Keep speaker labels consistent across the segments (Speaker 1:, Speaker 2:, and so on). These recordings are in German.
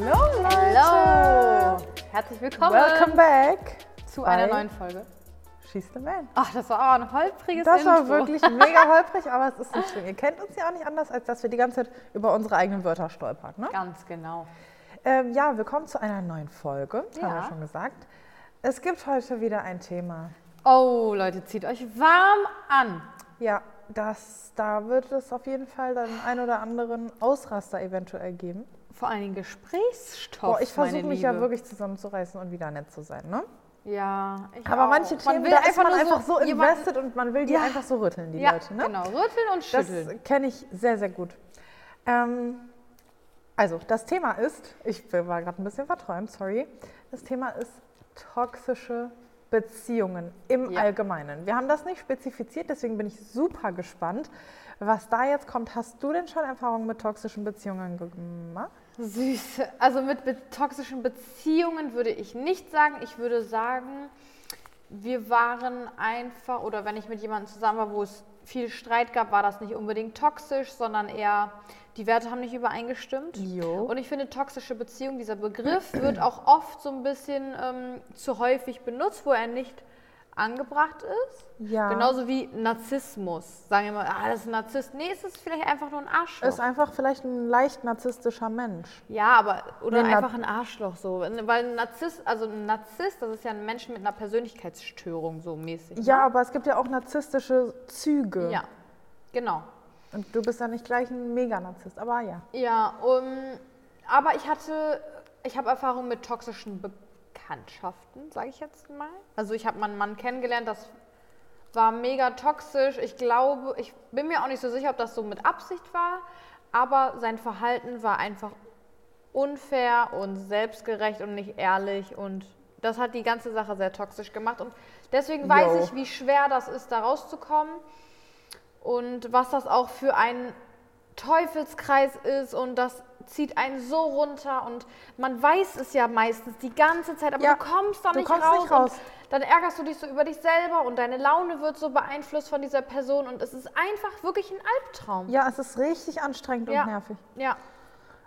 Speaker 1: Hallo Leute!
Speaker 2: Hallo! Herzlich willkommen
Speaker 1: Welcome back!
Speaker 2: zu
Speaker 1: bei
Speaker 2: einer neuen Folge.
Speaker 1: She's the Man.
Speaker 2: Ach, das war aber ein holpriges
Speaker 1: Das
Speaker 2: Intro.
Speaker 1: war wirklich mega holprig, aber es ist nicht schlimm. Ihr kennt uns ja auch nicht anders, als dass wir die ganze Zeit über unsere eigenen Wörter stolpern. Ne?
Speaker 2: Ganz genau.
Speaker 1: Ähm, ja, willkommen zu einer neuen Folge, haben wir
Speaker 2: Ja.
Speaker 1: schon gesagt. Es gibt heute wieder ein Thema.
Speaker 2: Oh, Leute, zieht euch warm an.
Speaker 1: Ja, das, da wird es auf jeden Fall dann einen oder anderen Ausraster eventuell geben.
Speaker 2: Vor allen Dingen Gesprächsstoff.
Speaker 1: Boah, ich versuche
Speaker 2: meine
Speaker 1: mich
Speaker 2: Liebe.
Speaker 1: ja wirklich zusammenzureißen und wieder nett zu sein. Ne?
Speaker 2: Ja, ich
Speaker 1: Aber
Speaker 2: auch.
Speaker 1: manche Themen,
Speaker 2: man will
Speaker 1: da ist man
Speaker 2: nur
Speaker 1: einfach so
Speaker 2: jemanden-
Speaker 1: invested und man will die
Speaker 2: Ja.
Speaker 1: einfach so rütteln, die
Speaker 2: Ja,
Speaker 1: Leute. Ne?
Speaker 2: genau. Rütteln und
Speaker 1: Das
Speaker 2: schütteln.
Speaker 1: kenne ich sehr, sehr gut. Ähm, also, das Thema ist, ich war gerade ein bisschen verträumt, sorry. Das Thema ist toxische Beziehungen im
Speaker 2: Ja.
Speaker 1: Allgemeinen. Wir haben das nicht spezifiziert, deswegen bin ich super gespannt, was da jetzt kommt. Hast du denn schon Erfahrungen mit toxischen Beziehungen gemacht?
Speaker 2: Süß. Also mit be toxischen Beziehungen würde ich nicht sagen. Ich würde sagen, wir waren einfach, oder wenn ich mit jemandem zusammen war, wo es viel Streit gab, war das nicht unbedingt toxisch, sondern eher, die Werte haben nicht übereingestimmt.
Speaker 1: Jo.
Speaker 2: Und ich finde, toxische Beziehung, dieser Begriff, wird auch oft so ein bisschen ähm, zu häufig benutzt, wo er nicht angebracht ist.
Speaker 1: Ja.
Speaker 2: Genauso wie Narzissmus. Sagen wir mal, ah, das ist ein Narzisst. Nee, es ist vielleicht einfach nur ein Arschloch.
Speaker 1: Ist einfach vielleicht ein leicht narzisstischer Mensch.
Speaker 2: Ja, aber oder
Speaker 1: Nee, Na-
Speaker 2: einfach ein Arschloch so, weil ein Narzisst, also ein Narzisst, das ist ja ein Mensch mit einer Persönlichkeitsstörung so mäßig. ne?
Speaker 1: Ja, aber es gibt ja auch narzisstische Züge.
Speaker 2: Ja, genau.
Speaker 1: Und du bist ja nicht gleich ein Mega-Narzisst, aber ja.
Speaker 2: Ja, um, aber ich hatte, ich habe Erfahrung mit toxischen Bekanntschaften, sage ich jetzt mal. Also ich habe mal einen Mann kennengelernt, das war mega toxisch. Ich glaube, ich bin mir auch nicht so sicher, ob das so mit Absicht war, aber sein Verhalten war einfach unfair und selbstgerecht und nicht ehrlich und das hat die ganze Sache sehr toxisch gemacht und deswegen weiß
Speaker 1: Jo.
Speaker 2: ich, wie schwer das ist, da rauszukommen und was das auch für ein Teufelskreis ist und das zieht einen so runter und man weiß es ja meistens die ganze Zeit, aber
Speaker 1: Ja,
Speaker 2: du kommst da
Speaker 1: du
Speaker 2: nicht,
Speaker 1: kommst
Speaker 2: raus
Speaker 1: nicht
Speaker 2: und
Speaker 1: raus.
Speaker 2: Dann ärgerst du dich so über dich selber und deine Laune wird so beeinflusst von dieser Person und es ist einfach wirklich ein Albtraum.
Speaker 1: Ja, es ist richtig anstrengend
Speaker 2: Ja.
Speaker 1: und nervig.
Speaker 2: ja.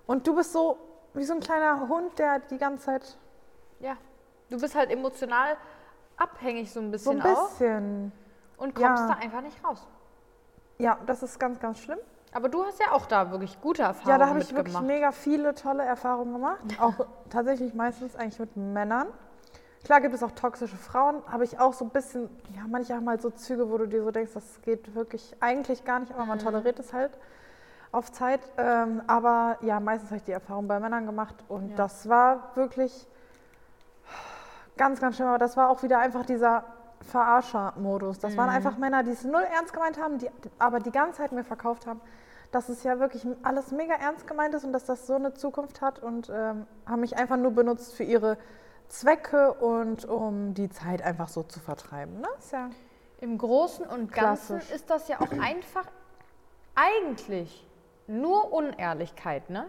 Speaker 1: Und du bist so wie so ein kleiner Hund, der die ganze Zeit
Speaker 2: Ja, du bist halt emotional abhängig so ein
Speaker 1: so
Speaker 2: bisschen,
Speaker 1: ein bisschen.
Speaker 2: auch und
Speaker 1: ja.
Speaker 2: kommst da einfach nicht raus.
Speaker 1: Ja, das ist ganz, ganz schlimm.
Speaker 2: Aber du hast ja auch da wirklich gute Erfahrungen
Speaker 1: ja, da habe ich
Speaker 2: mitgemacht.
Speaker 1: wirklich mega viele tolle Erfahrungen gemacht. Auch tatsächlich meistens eigentlich mit Männern. Klar gibt es auch toxische Frauen, habe ich auch so ein bisschen, ja, manchmal mal so Züge, wo du dir so denkst, das geht wirklich eigentlich gar nicht, aber
Speaker 2: Mhm.
Speaker 1: man toleriert es halt auf Zeit. Ähm, aber ja, meistens habe ich die Erfahrung bei Männern gemacht und
Speaker 2: Ja.
Speaker 1: das war wirklich ganz, ganz schlimm. Aber das war auch wieder einfach dieser Verarscher-Modus. Das
Speaker 2: Mhm.
Speaker 1: waren einfach Männer, die es null ernst gemeint haben, die aber die ganze Zeit mir verkauft haben, dass es ja wirklich alles mega ernst gemeint ist und dass das so eine Zukunft hat und ähm, haben mich einfach nur benutzt für ihre Zwecke und um die Zeit einfach so zu vertreiben. Ne? Ist ja
Speaker 2: Im Großen und Ganzen
Speaker 1: Klassisch.
Speaker 2: ist das ja auch einfach eigentlich nur Unehrlichkeit, ne?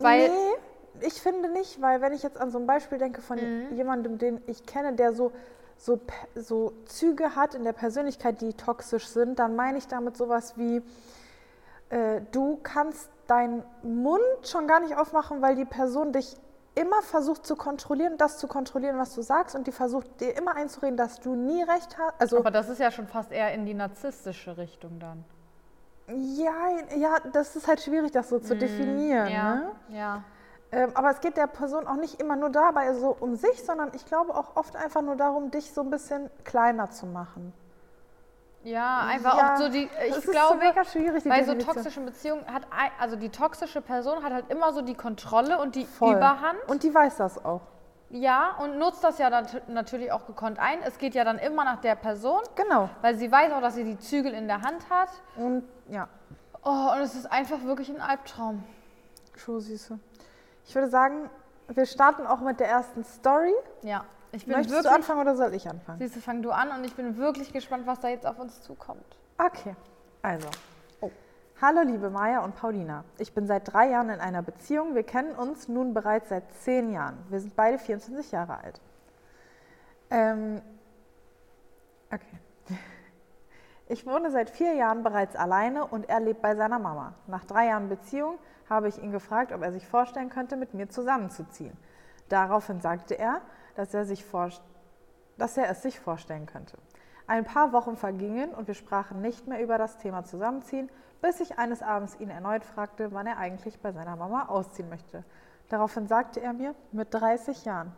Speaker 2: Weil
Speaker 1: nee, ich finde nicht, weil wenn ich jetzt an so ein Beispiel denke von
Speaker 2: Mhm.
Speaker 1: jemandem, den ich kenne, der so, so, pe- so Züge hat in der Persönlichkeit, die toxisch sind, dann meine ich damit sowas wie, äh, du kannst deinen Mund schon gar nicht aufmachen, weil die Person dich immer versucht zu kontrollieren, das zu kontrollieren, was du sagst und die versucht dir immer einzureden, dass du nie recht hast. Also
Speaker 2: aber das ist ja schon fast eher in die narzisstische Richtung dann.
Speaker 1: ja, ja, das ist halt schwierig, das so zu definieren.
Speaker 2: Mhm, ja,
Speaker 1: Ne?
Speaker 2: ja.
Speaker 1: Ähm, aber es geht der Person auch nicht immer nur dabei so um sich, sondern ich glaube auch oft einfach nur darum, dich so ein bisschen kleiner zu machen.
Speaker 2: Ja, einfach
Speaker 1: Ja,
Speaker 2: auch so die ich
Speaker 1: es ist so
Speaker 2: glaube
Speaker 1: mega schwierig, die
Speaker 2: bei so
Speaker 1: Definition.
Speaker 2: toxischen Beziehungen hat ei- also die toxische Person hat halt immer so die Kontrolle und die
Speaker 1: Voll.
Speaker 2: Überhand.
Speaker 1: Und die weiß das auch.
Speaker 2: Ja, und nutzt das ja nat natürlich auch gekonnt ein. Es geht ja dann immer nach der Person,
Speaker 1: Genau.
Speaker 2: weil sie weiß auch, dass sie die Zügel in der Hand hat.
Speaker 1: Und ja,
Speaker 2: Oh, und es ist einfach wirklich ein Albtraum.
Speaker 1: true Süße. Ich würde sagen, wir starten auch mit der ersten Story.
Speaker 2: Ja, ich bin
Speaker 1: Möchtest du
Speaker 2: wirklich.
Speaker 1: anfangen oder soll ich anfangen?
Speaker 2: Siehst du, fang du an und ich bin wirklich gespannt, was da jetzt auf uns zukommt.
Speaker 1: Okay, also.
Speaker 2: Oh.
Speaker 1: Hallo liebe Maya und Paulina. Ich bin seit drei Jahren in einer Beziehung. Wir kennen uns nun bereits seit zehn Jahren. Wir sind beide 24 Jahre alt. Ähm, okay. Ich wohne seit vier Jahren bereits alleine und er lebt bei seiner Mama. Nach drei Jahren Beziehung habe ich ihn gefragt, ob er sich vorstellen könnte, mit mir zusammenzuziehen. Daraufhin sagte er, dass er, sich vor, dass er es sich vorstellen könnte. Ein paar Wochen vergingen und wir sprachen nicht mehr über das Thema Zusammenziehen, bis ich eines Abends ihn erneut fragte, wann er eigentlich bei seiner Mama ausziehen möchte. Daraufhin sagte er mir, mit 30 Jahren.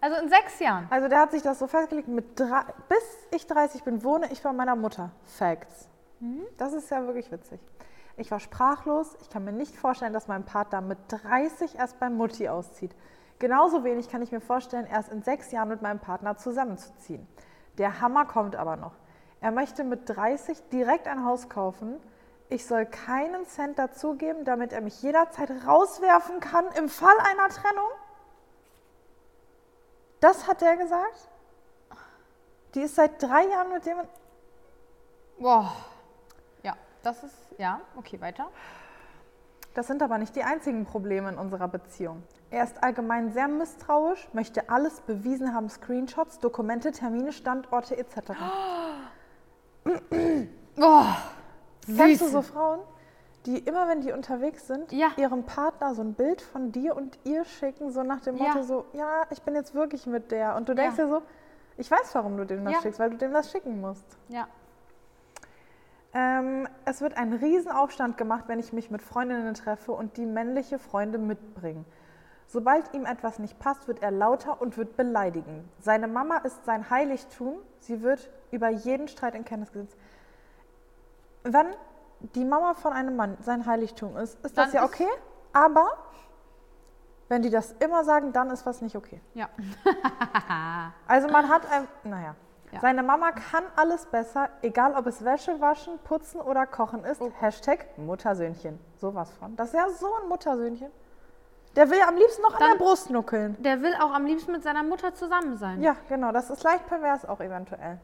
Speaker 2: Also in sechs Jahren.
Speaker 1: Also der hat sich das so festgelegt, mit drei, bis ich 30 bin, wohne ich bei meiner Mutter. Facts. Das ist ja wirklich witzig. Ich war sprachlos. Ich kann mir nicht vorstellen, dass mein Partner mit 30 erst bei Mutti auszieht. Genauso wenig kann ich mir vorstellen, erst in sechs Jahren mit meinem Partner zusammenzuziehen. Der Hammer kommt aber noch. Er möchte mit 30 direkt ein Haus kaufen. Ich soll keinen Cent dazugeben, damit er mich jederzeit rauswerfen kann im Fall einer Trennung. Das hat er gesagt. Die ist seit drei Jahren mit dem.
Speaker 2: Boah. Ja, das ist. Ja, okay, weiter.
Speaker 1: Das sind aber nicht die einzigen Probleme in unserer Beziehung. Er ist allgemein sehr misstrauisch, möchte alles bewiesen haben: Screenshots, Dokumente, Termine, Standorte etc.
Speaker 2: Boah.
Speaker 1: Kennst du
Speaker 2: süß.
Speaker 1: so Frauen, die immer, wenn die unterwegs sind,
Speaker 2: Ja.
Speaker 1: ihrem Partner so ein Bild von dir und ihr schicken, so nach dem
Speaker 2: Ja.
Speaker 1: Motto so, ja, ich bin jetzt wirklich mit der. Und du denkst
Speaker 2: Ja.
Speaker 1: dir so, ich weiß, warum du dem das
Speaker 2: Ja.
Speaker 1: schickst, weil du dem das schicken musst.
Speaker 2: Ja.
Speaker 1: Ähm, es wird ein Riesenaufstand gemacht, wenn ich mich mit Freundinnen treffe und die männliche Freunde mitbringen. Sobald ihm etwas nicht passt, wird er lauter und wird beleidigen. Seine Mama ist sein Heiligtum. Sie wird über jeden Streit in Kenntnis gesetzt. Wenn die Mama von einem Mann sein Heiligtum ist, ist das
Speaker 2: Dann
Speaker 1: ja
Speaker 2: ist-
Speaker 1: okay. Aber wenn die das immer sagen, dann ist was nicht okay.
Speaker 2: Ja.
Speaker 1: Also man hat ein, naja.
Speaker 2: Ja.
Speaker 1: Seine Mama kann alles besser, egal ob es Wäsche waschen, putzen oder kochen ist.
Speaker 2: Oh.
Speaker 1: Hashtag Muttersöhnchen. Sowas von. Das ist ja so ein Muttersöhnchen. Der will ja am liebsten noch an
Speaker 2: Dann-
Speaker 1: der Brust nuckeln.
Speaker 2: Der will auch am liebsten mit seiner Mutter zusammen sein.
Speaker 1: Ja, genau. Das ist leicht pervers auch eventuell.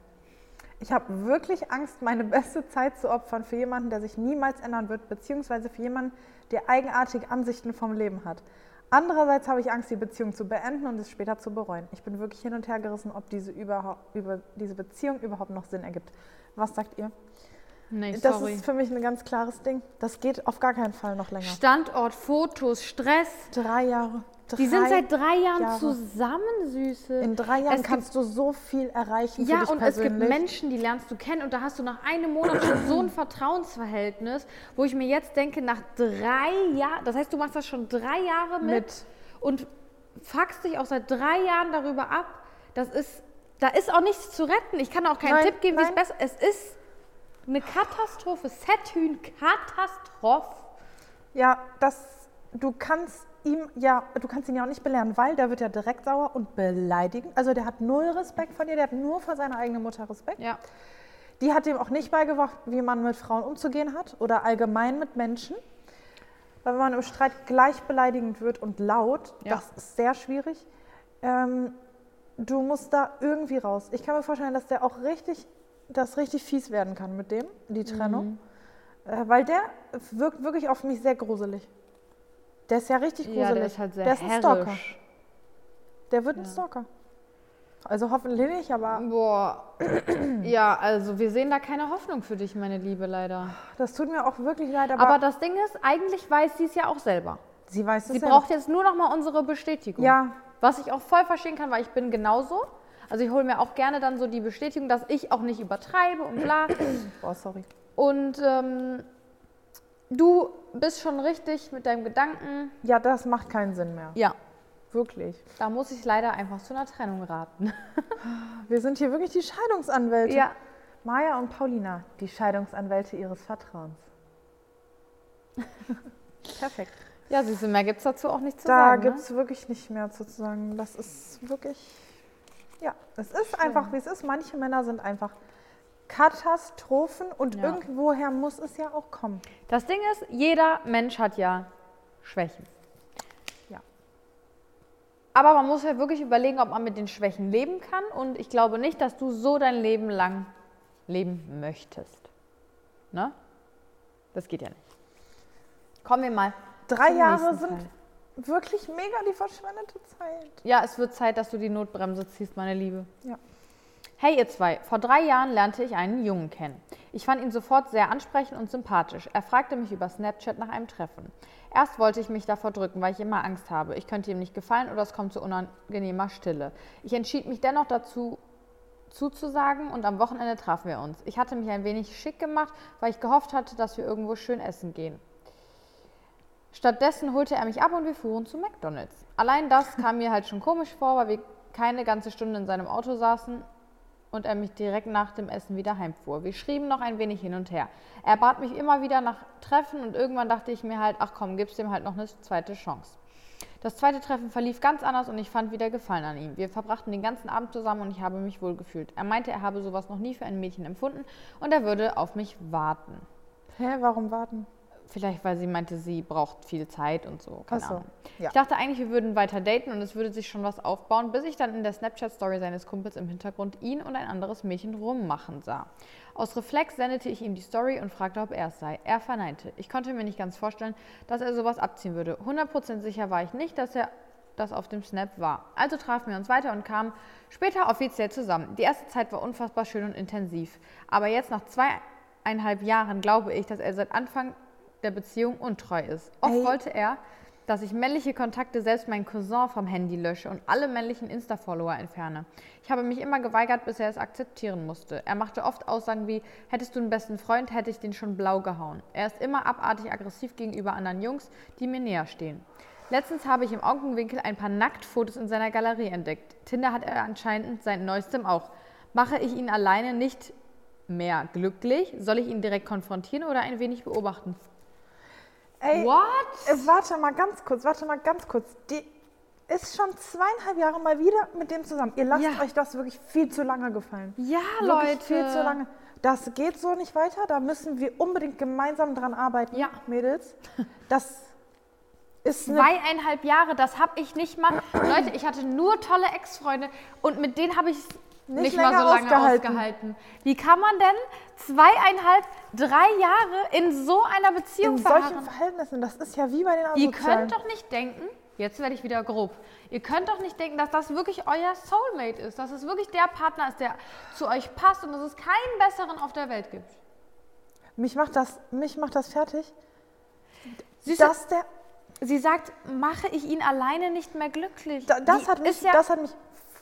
Speaker 1: Ich habe wirklich Angst, meine beste Zeit zu opfern für jemanden, der sich niemals ändern wird, beziehungsweise für jemanden, der eigenartige Ansichten vom Leben hat. Andererseits habe ich Angst, die Beziehung zu beenden und es später zu bereuen. Ich bin wirklich hin und her gerissen, ob diese, überhaupt, über, diese Beziehung überhaupt noch Sinn ergibt. Was sagt ihr?
Speaker 2: Nee,
Speaker 1: Das
Speaker 2: sorry.
Speaker 1: ist für mich ein ganz klares Ding. Das geht auf gar keinen Fall noch länger.
Speaker 2: Standort, Fotos, Stress.
Speaker 1: Drei Jahre. Drei,
Speaker 2: Die sind seit drei Jahren
Speaker 1: Jahre.
Speaker 2: zusammen, Süße.
Speaker 1: in drei Jahren
Speaker 2: es gibt-
Speaker 1: kannst du so viel erreichen. für
Speaker 2: ja,
Speaker 1: dich
Speaker 2: und es
Speaker 1: persönlich.
Speaker 2: gibt Menschen, die lernst du kennen und da hast du nach einem Monat schon so ein Vertrauensverhältnis, wo ich mir jetzt denke, nach drei Jahren, das heißt, du machst das schon drei Jahre mit,
Speaker 1: Mit.
Speaker 2: und fuckst dich auch seit drei Jahren darüber ab. Das ist, da ist auch nichts zu retten. Ich kann auch keinen
Speaker 1: Nein,
Speaker 2: Tipp geben, wie es
Speaker 1: nein.
Speaker 2: besser Es ist eine Katastrophe. Sethün, Katastrophe.
Speaker 1: Ja, das, du kannst ihm ja, du kannst ihn ja auch nicht belehren, weil der wird ja direkt sauer und beleidigen. Also der hat null Respekt vor dir, der hat nur vor seiner eigenen Mutter Respekt.
Speaker 2: Ja.
Speaker 1: Die hat ihm auch nicht beigebracht, wie man mit Frauen umzugehen hat oder allgemein mit Menschen. Weil wenn man im Streit gleich beleidigend wird und laut,
Speaker 2: Ja.
Speaker 1: das ist sehr schwierig. Ähm, du musst da irgendwie raus. Ich kann mir vorstellen, dass der auch richtig, das richtig fies werden kann mit dem, die Trennung.
Speaker 2: Mhm.
Speaker 1: Äh, weil der wirkt wirklich auf mich sehr gruselig. Der ist ja richtig gruselig. der ist ein Stalker.
Speaker 2: halt herrisch.
Speaker 1: Der wird ein Stalker. Also hoffentlich nicht, aber
Speaker 2: Boah. ja, also wir sehen da keine Hoffnung für dich, meine Liebe, leider.
Speaker 1: das tut mir auch wirklich leid. Aber,
Speaker 2: Aber, das Ding ist, eigentlich weiß sie es ja auch selber.
Speaker 1: sie weiß es
Speaker 2: Sie
Speaker 1: ja.
Speaker 2: braucht jetzt nur noch mal unsere Bestätigung.
Speaker 1: Ja.
Speaker 2: Was ich auch voll verstehen kann, weil ich bin genauso. Also ich hole mir auch gerne dann so die Bestätigung, dass ich auch nicht übertreibe und bla.
Speaker 1: Boah, sorry.
Speaker 2: Und ähm, du bist schon richtig mit deinem Gedanken.
Speaker 1: Ja, das macht keinen Sinn mehr.
Speaker 2: Ja.
Speaker 1: Wirklich.
Speaker 2: Da muss ich leider einfach zu einer Trennung raten.
Speaker 1: Wir sind hier wirklich die Scheidungsanwälte.
Speaker 2: Ja.
Speaker 1: Maya und Paulina, die Scheidungsanwälte ihres Vertrauens. Perfekt.
Speaker 2: Ja, siehst du, mehr gibt es dazu auch nicht zu
Speaker 1: Da
Speaker 2: sagen. ne?
Speaker 1: gibt es wirklich nicht mehr zu sagen. Das ist wirklich. Ja, es ist einfach, wie es ist. Manche Männer sind einfach Katastrophen und
Speaker 2: Ja.
Speaker 1: irgendwoher muss es ja auch kommen.
Speaker 2: Ne? Das Ding ist, jeder Mensch hat ja Schwächen.
Speaker 1: Ja.
Speaker 2: Aber man muss halt wirklich überlegen, ob man mit den Schwächen leben kann. Und ich glaube nicht, dass du so dein Leben lang leben möchtest. Ne? Das geht ja nicht. Kommen wir mal.
Speaker 1: Drei
Speaker 2: zum
Speaker 1: Jahre
Speaker 2: nächsten
Speaker 1: sind
Speaker 2: Fall.
Speaker 1: wirklich mega die verschwendete Zeit.
Speaker 2: Ja, es wird Zeit, dass du die Notbremse ziehst, meine Liebe.
Speaker 1: Ja.
Speaker 2: Hey ihr zwei, vor drei Jahren lernte ich einen Jungen kennen. Ich fand ihn sofort sehr ansprechend und sympathisch. Er fragte mich über Snapchat nach einem Treffen. Erst wollte ich mich davor drücken, weil ich immer Angst habe. Ich könnte ihm nicht gefallen oder es kommt zu unangenehmer Stille. Ich entschied mich dennoch dazu, zuzusagen und am Wochenende trafen wir uns. Ich hatte mich ein wenig schick gemacht, weil ich gehofft hatte, dass wir irgendwo schön essen gehen. Stattdessen holte er mich ab und wir fuhren zu McDonald's. Allein das kam mir halt schon komisch vor, weil wir keine ganze Stunde in seinem Auto saßen und er mich direkt nach dem Essen wieder heimfuhr. Wir schrieben noch ein wenig hin und her. Er bat mich immer wieder nach Treffen und irgendwann dachte ich mir halt, ach komm, gib's dem halt noch eine zweite Chance. Das zweite Treffen verlief ganz anders und ich fand wieder Gefallen an ihm. Wir verbrachten den ganzen Abend zusammen und ich habe mich wohl gefühlt. Er meinte, er habe sowas noch nie für ein Mädchen empfunden und er würde auf mich warten.
Speaker 1: Hä, warum warten?
Speaker 2: Vielleicht, weil sie meinte, sie braucht viel Zeit und so. Keine
Speaker 1: Ach so,
Speaker 2: Ahnung.
Speaker 1: ja.
Speaker 2: Ich dachte eigentlich, wir würden weiter daten und es würde sich schon was aufbauen, bis ich dann in der Snapchat-Story seines Kumpels im Hintergrund ihn und ein anderes Mädchen rummachen sah. Aus Reflex sendete ich ihm die Story und fragte, ob er es sei. Er verneinte. Ich konnte mir nicht ganz vorstellen, dass er sowas abziehen würde. 100% sicher war ich nicht, dass er das auf dem Snap war. Also trafen wir uns weiter und kamen später offiziell zusammen. Die erste Zeit war unfassbar schön und intensiv. Aber jetzt, nach zweieinhalb Jahren, glaube ich, dass er seit Anfang der Beziehung untreu ist. Oft
Speaker 1: Ey.
Speaker 2: wollte er, dass ich männliche Kontakte, selbst meinen Cousin vom Handy lösche und alle männlichen Insta-Follower entferne. Ich habe mich immer geweigert, bis er es akzeptieren musste. Er machte oft Aussagen wie, hättest du einen besten Freund, hätte ich den schon blau gehauen. Er ist immer abartig aggressiv gegenüber anderen Jungs, die mir näher stehen. Letztens habe ich im Augenwinkel ein paar Nacktfotos in seiner Galerie entdeckt. Tinder hat er anscheinend seit neuestem auch. Mache ich ihn alleine nicht mehr glücklich? Soll ich ihn direkt konfrontieren oder ein wenig beobachten?
Speaker 1: Ey,
Speaker 2: What?
Speaker 1: äh, warte mal ganz kurz, warte mal ganz kurz. Die ist schon zweieinhalb Jahre mal wieder mit dem zusammen. Ihr lasst
Speaker 2: Ja.
Speaker 1: euch das wirklich viel zu lange gefallen.
Speaker 2: Ja,
Speaker 1: Wirklich
Speaker 2: Leute.
Speaker 1: viel zu lange. Das geht so nicht weiter. Da müssen wir unbedingt gemeinsam dran arbeiten,
Speaker 2: Ja.
Speaker 1: Mädels. Das ist eine
Speaker 2: Zweieinhalb Jahre, das habe ich nicht mal. Leute, ich hatte nur tolle Ex-Freunde und mit denen habe ich es nicht,
Speaker 1: Nicht
Speaker 2: mal so
Speaker 1: länger
Speaker 2: lange ausgehalten.
Speaker 1: ausgehalten.
Speaker 2: Wie kann man denn zweieinhalb, drei Jahre in so einer Beziehung
Speaker 1: in solchen
Speaker 2: verharren?
Speaker 1: Verhältnissen. Das ist ja wie bei den
Speaker 2: Ihr
Speaker 1: Asozialen.
Speaker 2: könnt doch nicht denken, jetzt werde ich wieder grob, ihr könnt doch nicht denken, dass das wirklich euer Soulmate ist, dass es wirklich der Partner ist, der zu euch passt und dass es keinen besseren auf der Welt gibt.
Speaker 1: Mich macht das, mich macht das fertig,
Speaker 2: Siehst du,
Speaker 1: dass der
Speaker 2: sie sagt, mache ich ihn alleine nicht mehr glücklich.
Speaker 1: Da, das,
Speaker 2: Die
Speaker 1: hat mich,
Speaker 2: ist ja
Speaker 1: das hat mich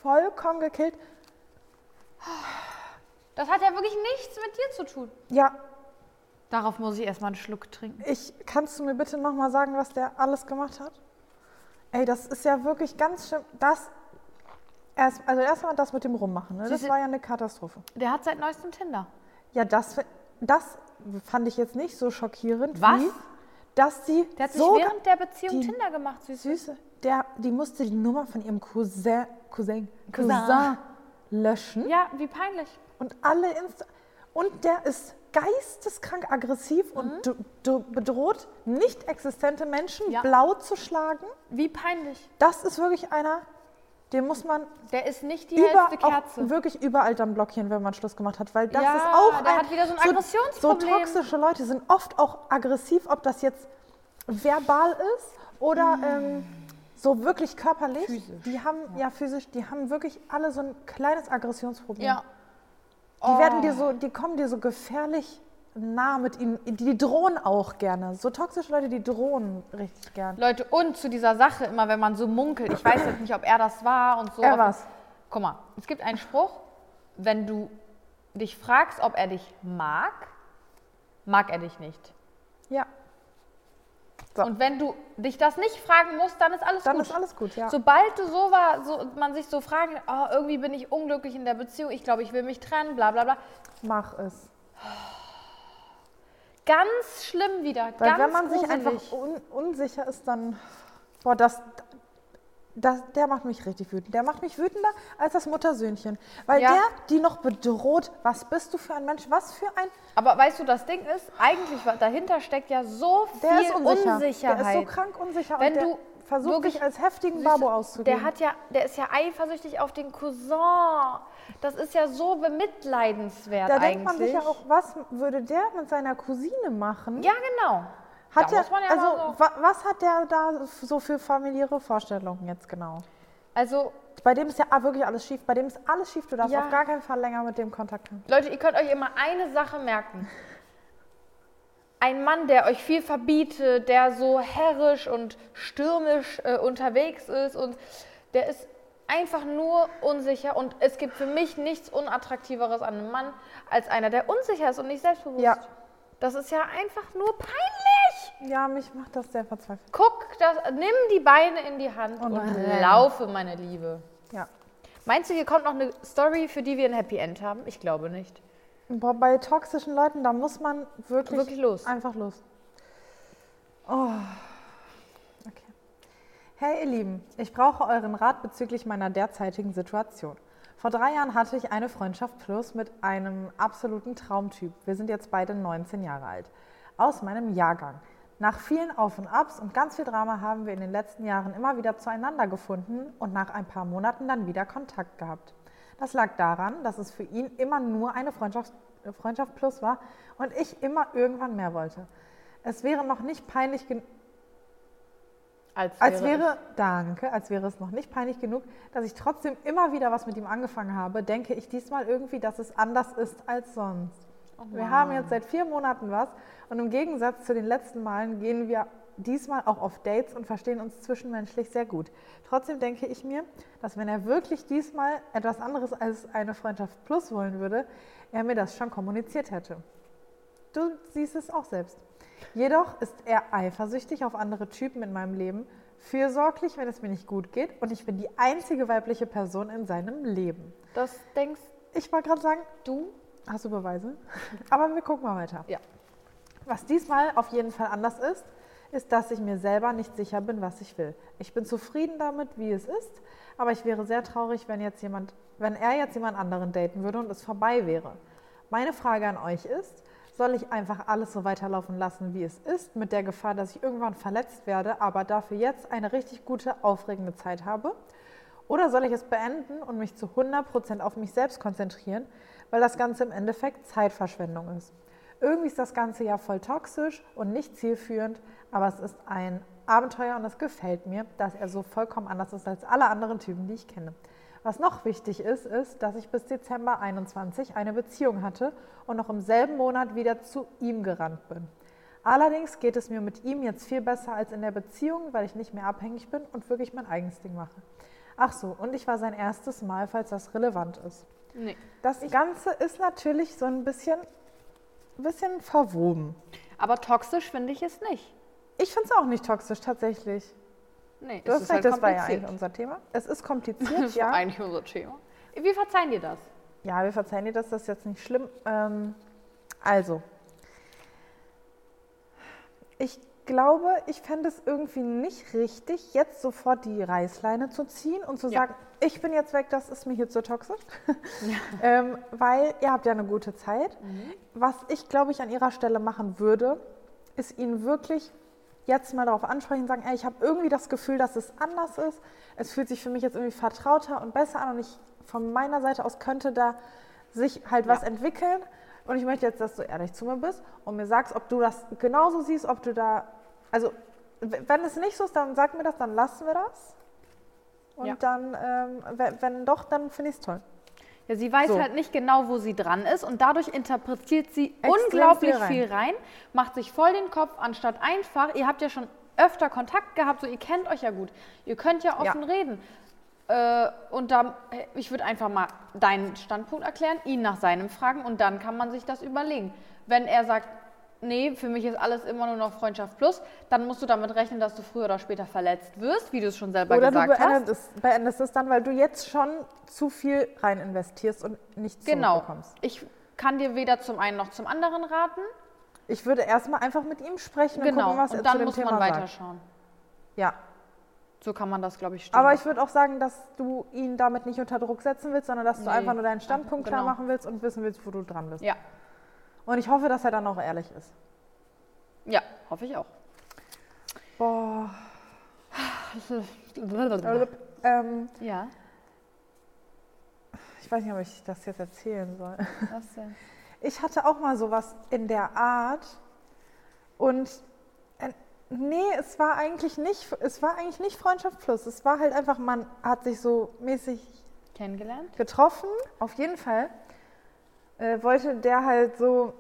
Speaker 1: vollkommen gekillt.
Speaker 2: Das hat ja wirklich nichts mit dir zu tun.
Speaker 1: Ja,
Speaker 2: Darauf muss ich erstmal einen Schluck trinken.
Speaker 1: ich, kannst du mir bitte nochmal sagen, was der alles gemacht hat? Ey, das ist ja wirklich ganz schlimm. Das, erst, also erstmal das mit dem Rummachen, ne? das
Speaker 2: Diese-
Speaker 1: war ja eine Katastrophe.
Speaker 2: Der hat seit neuestem Tinder.
Speaker 1: Ja, das, fi- das fand ich jetzt nicht so schockierend.
Speaker 2: Was?
Speaker 1: Wie, dass sie
Speaker 2: Der hat sich
Speaker 1: so
Speaker 2: während der Beziehung
Speaker 1: die-
Speaker 2: Tinder gemacht, süß.
Speaker 1: Süße, der, die musste die Nummer von ihrem Cousin, Cousin,
Speaker 2: Cousin.
Speaker 1: Cousin löschen.
Speaker 2: Ja, wie peinlich.
Speaker 1: Und alle Insta. Und der ist geisteskrank aggressiv und du, du bedroht nicht existente Menschen
Speaker 2: Mhm. Ja.
Speaker 1: blau zu schlagen.
Speaker 2: Wie peinlich.
Speaker 1: Das ist wirklich einer, den muss man
Speaker 2: Der ist nicht die
Speaker 1: über,
Speaker 2: hellste
Speaker 1: auch
Speaker 2: Kerze.
Speaker 1: wirklich überall dann blockieren, wenn man Schluss gemacht hat. Weil das
Speaker 2: Ja,
Speaker 1: ist auch
Speaker 2: der hat wieder so ein Aggressionsproblem.
Speaker 1: So toxische Leute sind oft auch aggressiv, ob das jetzt verbal ist oder ähm, so wirklich körperlich.
Speaker 2: Mm. Physisch,
Speaker 1: Die haben, ja. physisch, die haben wirklich alle so ein kleines Aggressionsproblem.
Speaker 2: Ja. oh.
Speaker 1: Die werden dir so, die kommen dir so gefährlich nah mit ihnen. Die, die drohen auch gerne. So toxische Leute, die drohen richtig gern.
Speaker 2: Leute, und zu dieser Sache, immer wenn man so munkelt, ich weiß jetzt nicht, ob er das war und so.
Speaker 1: Er
Speaker 2: ob-
Speaker 1: war's.
Speaker 2: Guck mal, es gibt einen Spruch, wenn du dich fragst, ob er dich mag, mag er dich nicht.
Speaker 1: Ja, So.
Speaker 2: Und wenn du dich das nicht fragen musst, dann ist alles
Speaker 1: dann
Speaker 2: gut.
Speaker 1: ist alles gut, ja.
Speaker 2: Sobald du so war, so, man sich so fragen, oh, irgendwie bin ich unglücklich in der Beziehung, ich glaube, ich will mich trennen, bla bla bla.
Speaker 1: Mach es.
Speaker 2: Ganz schlimm wieder.
Speaker 1: Weil
Speaker 2: ganz
Speaker 1: wenn man sich
Speaker 2: gruselig.
Speaker 1: einfach un unsicher ist, dann. Boah, das, das. Der macht mich richtig wütend. Der macht mich wütender als das Muttersöhnchen. Weil
Speaker 2: Ja.
Speaker 1: der, die noch bedroht, was bist du für ein Mensch, was für ein.
Speaker 2: Aber weißt du, das Ding ist, eigentlich was dahinter steckt ja so viel
Speaker 1: Der ist unsicher. Der ist so
Speaker 2: Unsicherheit.
Speaker 1: krank unsicher.
Speaker 2: Wenn
Speaker 1: und der
Speaker 2: du
Speaker 1: versucht,
Speaker 2: wirklich
Speaker 1: dich als heftigen Babu auszugeben.
Speaker 2: der hat ja, der ist ja eifersüchtig auf den Cousin. Das ist ja so bemitleidenswert
Speaker 1: Da
Speaker 2: eigentlich.
Speaker 1: denkt man sich ja auch, was würde der mit seiner Cousine machen?
Speaker 2: Ja, genau.
Speaker 1: hat
Speaker 2: da
Speaker 1: er,
Speaker 2: muss man ja
Speaker 1: also
Speaker 2: mal so-
Speaker 1: wa was hat der da so für familiäre Vorstellungen jetzt genau?
Speaker 2: Also,
Speaker 1: Bei dem ist ja ah, wirklich alles schief. Bei dem ist alles schief. Du darfst
Speaker 2: Ja.
Speaker 1: auf gar keinen Fall länger mit dem Kontakt haben.
Speaker 2: Leute, ihr könnt euch immer eine Sache merken. Ein Mann, der euch viel verbietet, der so herrisch und stürmisch äh, unterwegs ist und der ist einfach nur unsicher und es gibt für mich nichts unattraktiveres an einem Mann als einer, der unsicher ist und nicht selbstbewusst.
Speaker 1: Ja.
Speaker 2: Das ist ja einfach nur peinlich.
Speaker 1: Ja, mich macht das sehr verzweifelt.
Speaker 2: Guck, das, nimm die Beine in die Hand
Speaker 1: Oh
Speaker 2: und
Speaker 1: nein.
Speaker 2: laufe, meine Liebe.
Speaker 1: Ja.
Speaker 2: Meinst du, hier kommt noch eine Story, für die wir ein Happy End haben? Ich glaube nicht.
Speaker 1: Boah, bei toxischen Leuten, da muss man wirklich,
Speaker 2: Wirklich los.
Speaker 1: einfach los. Oh. Okay. Hey ihr Lieben, ich brauche euren Rat bezüglich meiner derzeitigen Situation. Vor drei Jahren hatte ich eine Freundschaft plus mit einem absoluten Traumtyp. Wir sind jetzt beide 19 Jahre alt. Aus meinem Jahrgang. Nach vielen Auf und Abs und ganz viel Drama haben wir in den letzten Jahren immer wieder zueinander gefunden und nach ein paar Monaten dann wieder Kontakt gehabt. Das lag daran, dass es für ihn immer nur eine Freundschaft, Freundschaft plus war und ich immer irgendwann mehr wollte. Es wäre noch nicht peinlich gen als
Speaker 2: es-
Speaker 1: wäre, danke, als wäre es noch nicht peinlich genug, dass ich trotzdem immer wieder was mit ihm angefangen habe, denke ich diesmal irgendwie, dass es anders ist als sonst.
Speaker 2: Oh
Speaker 1: wir haben jetzt seit vier Monaten was und im Gegensatz zu den letzten Malen gehen wir diesmal auch auf Dates und verstehen uns zwischenmenschlich sehr gut. Trotzdem denke ich mir, dass wenn er wirklich diesmal etwas anderes als eine Freundschaft plus wollen würde, er mir das schon kommuniziert hätte. Du siehst es auch selbst. Jedoch ist er eifersüchtig auf andere Typen in meinem Leben, fürsorglich, wenn es mir nicht gut geht und ich bin die einzige weibliche Person in seinem Leben.
Speaker 2: Das denkst
Speaker 1: Ich wollte gerade sagen,
Speaker 2: du?
Speaker 1: hast du Beweise? Aber wir gucken mal weiter.
Speaker 2: Ja.
Speaker 1: Was diesmal auf jeden Fall anders ist, ist, dass ich mir selber nicht sicher bin, was ich will. Ich bin zufrieden damit, wie es ist, aber ich wäre sehr traurig, wenn, jetzt jemand, wenn er jetzt jemand anderen daten würde und es vorbei wäre. Meine Frage an euch ist, soll ich einfach alles so weiterlaufen lassen, wie es ist, mit der Gefahr, dass ich irgendwann verletzt werde, aber dafür jetzt eine richtig gute, aufregende Zeit habe? Oder soll ich es beenden und mich zu 100% auf mich selbst konzentrieren, weil das Ganze im Endeffekt Zeitverschwendung ist? Irgendwie ist das Ganze ja voll toxisch und nicht zielführend, aber es ist ein Abenteuer und es gefällt mir, dass er so vollkommen anders ist als alle anderen Typen, die ich kenne. Was noch wichtig ist, ist, dass ich bis Dezember 21 eine Beziehung hatte und noch im selben Monat wieder zu ihm gerannt bin. Allerdings geht es mir mit ihm jetzt viel besser als in der Beziehung, weil ich nicht mehr abhängig bin und wirklich mein eigenes Ding mache. Ach so, und ich war sein erstes Mal, falls das relevant ist.
Speaker 2: Nee.
Speaker 1: Das Ganze ist natürlich so ein bisschen, bisschen verwoben.
Speaker 2: Aber toxisch finde ich es nicht.
Speaker 1: Ich finde es auch nicht toxisch, tatsächlich.
Speaker 2: Nee, halt
Speaker 1: Du hast recht, das war ja eigentlich unser Thema. halt Es ist kompliziert,
Speaker 2: das war
Speaker 1: ja.
Speaker 2: eigentlich unser Thema. Wir verzeihen dir das.
Speaker 1: Ja, wir verzeihen dir, dass das jetzt nicht schlimm Ähm, also, ich glaube, ich fände es irgendwie nicht richtig, jetzt sofort die Reißleine zu ziehen und zu
Speaker 2: Ja.
Speaker 1: sagen, ich bin jetzt weg, das ist mir hier zu toxisch. ähm, weil ihr habt ja eine gute Zeit. Was ich, glaube ich, an ihrer Stelle machen würde, ist ihn wirklich jetzt mal darauf ansprechen und sagen, ey, ich habe irgendwie das Gefühl, dass es anders ist. Es fühlt sich für mich jetzt irgendwie vertrauter und besser an und ich von meiner Seite aus könnte da sich halt was
Speaker 2: Ja.
Speaker 1: entwickeln. Und ich möchte jetzt, dass du ehrlich zu mir bist und mir sagst, ob du das genauso siehst, ob du da, also w- wenn es nicht so ist, dann sag mir das, dann lassen wir das. Und
Speaker 2: Ja.
Speaker 1: dann, ähm, we- wenn doch, dann finde ich es toll.
Speaker 2: Ja, sie weiß
Speaker 1: So.
Speaker 2: halt nicht genau, wo sie dran ist und dadurch interpretiert sie
Speaker 1: Extrem
Speaker 2: unglaublich
Speaker 1: viel rein.
Speaker 2: viel rein, macht sich voll den Kopf, anstatt einfach, ihr habt ja schon öfter Kontakt gehabt, so ihr kennt euch ja gut, ihr könnt ja
Speaker 1: Ja.
Speaker 2: offen reden. Äh, und da, ich würde einfach mal deinen Standpunkt erklären, ihn nach seinem fragen und dann kann man sich das überlegen. Wenn er sagt, nee, für mich ist alles immer nur noch Freundschaft plus, dann musst du damit rechnen, dass du früher oder später verletzt wirst, wie du es schon selber
Speaker 1: Oder du
Speaker 2: gesagt hast.
Speaker 1: beendest es, beendest es dann, weil du jetzt schon zu viel rein investierst und nichts
Speaker 2: Genau.
Speaker 1: zurückbekommst.
Speaker 2: Ich kann dir weder zum einen noch zum anderen raten.
Speaker 1: Ich würde erstmal einfach mit ihm sprechen und
Speaker 2: genau.
Speaker 1: gucken, was er
Speaker 2: und
Speaker 1: zu
Speaker 2: dann
Speaker 1: dem
Speaker 2: muss
Speaker 1: Thema
Speaker 2: man
Speaker 1: sagt.
Speaker 2: weiterschauen.
Speaker 1: Ja,
Speaker 2: So kann man das, glaube ich, stimmen.
Speaker 1: aber ich würde auch sagen, dass du ihn damit nicht unter Druck setzen willst, sondern dass du
Speaker 2: Nee.
Speaker 1: einfach nur deinen Standpunkt klar
Speaker 2: Genau.
Speaker 1: machen willst und wissen willst, wo du dran bist.
Speaker 2: ja.
Speaker 1: Und ich hoffe, dass er dann auch ehrlich ist.
Speaker 2: ja, hoffe ich auch.
Speaker 1: Boah. Ähm,
Speaker 2: Ja,
Speaker 1: ich weiß nicht, ob ich das jetzt erzählen soll.
Speaker 2: was denn?
Speaker 1: Ich hatte auch mal sowas in der Art und äh, Nee, es war eigentlich nicht, es war eigentlich nicht Freundschaft plus. Es war halt einfach, man hat sich so mäßig
Speaker 2: Kennengelernt?
Speaker 1: getroffen, auf jeden Fall. Äh, wollte der halt so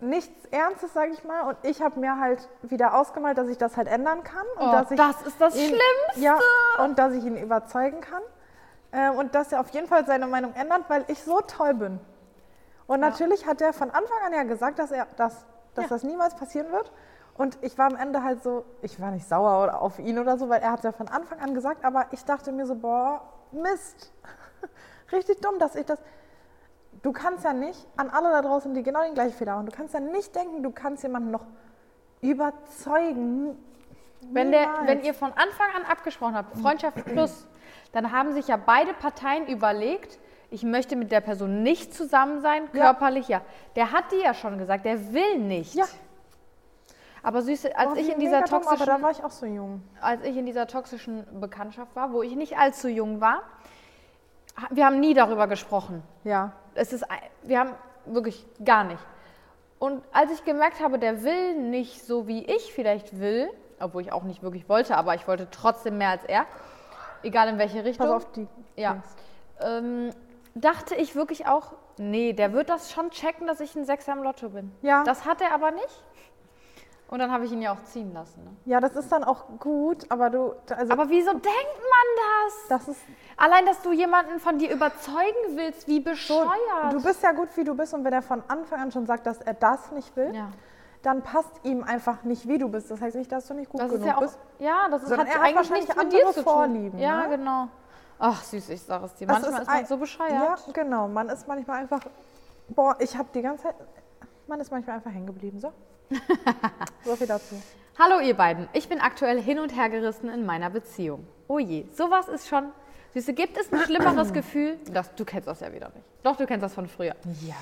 Speaker 1: nichts Ernstes, sag ich mal. Und ich habe mir halt wieder ausgemalt, dass ich das halt ändern kann. Und
Speaker 2: Oh,
Speaker 1: dass ich
Speaker 2: das ist das
Speaker 1: ihn-
Speaker 2: Schlimmste.
Speaker 1: Ja, und dass ich ihn überzeugen kann. Ähm, und dass er auf jeden Fall seine Meinung ändert, weil ich so toll bin. Und
Speaker 2: Ja.
Speaker 1: natürlich hat er von Anfang an ja gesagt, dass, er, dass, dass
Speaker 2: Ja.
Speaker 1: das niemals passieren wird. Und ich war am Ende halt so, ich war nicht sauer oder- auf ihn oder so, weil er hat es ja von Anfang an gesagt, aber ich dachte mir so, boah, Mist. Richtig dumm, dass ich das. Du kannst ja nicht, an alle da draußen, die genau den gleichen Fehler machen, du kannst ja nicht denken, du kannst jemanden noch überzeugen.
Speaker 2: Wenn, der,
Speaker 1: Niemals.
Speaker 2: wenn ihr von Anfang an abgesprochen habt, Freundschaft plus, dann haben sich ja beide Parteien überlegt, ich möchte mit der Person nicht zusammen sein,
Speaker 1: Ja.
Speaker 2: körperlich ja. Der hat dir ja schon gesagt, der will nicht.
Speaker 1: Ja.
Speaker 2: Aber Süße, als
Speaker 1: Boah,
Speaker 2: ich
Speaker 1: Oh, wie
Speaker 2: in dieser
Speaker 1: mega dumm,
Speaker 2: toxischen
Speaker 1: Aber da war ich auch so jung.
Speaker 2: als ich in dieser toxischen Bekanntschaft war, wo ich nicht allzu jung war, ha- wir haben nie darüber gesprochen.
Speaker 1: Ja.
Speaker 2: Es ist, ein- wir haben wirklich gar nicht. Und als ich gemerkt habe, der will nicht so, wie ich vielleicht will, obwohl ich auch nicht wirklich wollte, aber ich wollte trotzdem mehr als er, egal in welche Richtung,
Speaker 1: Pass auf die.
Speaker 2: Ja.
Speaker 1: Dings.
Speaker 2: ähm, dachte ich wirklich auch, nee, der wird das schon checken, dass ich ein Sechser im Lotto bin.
Speaker 1: Ja.
Speaker 2: Das hat er aber nicht. Und dann habe ich ihn ja auch ziehen lassen. Ne?
Speaker 1: Ja, das ist dann auch gut, aber du. Also
Speaker 2: Aber wieso denkt man das?
Speaker 1: das ist.
Speaker 2: Allein, dass du jemanden von dir überzeugen willst, wie bescheuert.
Speaker 1: Du bist ja gut, wie du bist, und wenn er von Anfang an schon sagt, dass er das nicht will,
Speaker 2: ja.
Speaker 1: dann passt ihm einfach nicht, wie du bist. Das heißt nicht, dass du nicht gut
Speaker 2: Das
Speaker 1: genug
Speaker 2: ist ja auch,
Speaker 1: bist.
Speaker 2: ja, das ist,
Speaker 1: Sondern er
Speaker 2: hat
Speaker 1: hat
Speaker 2: eigentlich
Speaker 1: wahrscheinlich
Speaker 2: nichts mit dir
Speaker 1: andere
Speaker 2: zu tun.
Speaker 1: Vorlieben,
Speaker 2: ja,
Speaker 1: ne?
Speaker 2: genau. Ach süß, ich sag es dir.
Speaker 1: Das
Speaker 2: Manchmal ist, man
Speaker 1: ein-
Speaker 2: so
Speaker 1: Ja,
Speaker 2: bescheuert.
Speaker 1: genau. Man ist manchmal einfach. Boah, ich habe die ganze Zeit. Man ist manchmal einfach hängen geblieben, so. so viel dazu.
Speaker 2: Hallo ihr beiden, ich bin aktuell hin und her gerissen in meiner Beziehung. Oh je, sowas ist schon... Süße, gibt es ein schlimmeres Gefühl? Das, du kennst das ja wieder nicht. Doch, du kennst das von früher.
Speaker 1: Ja.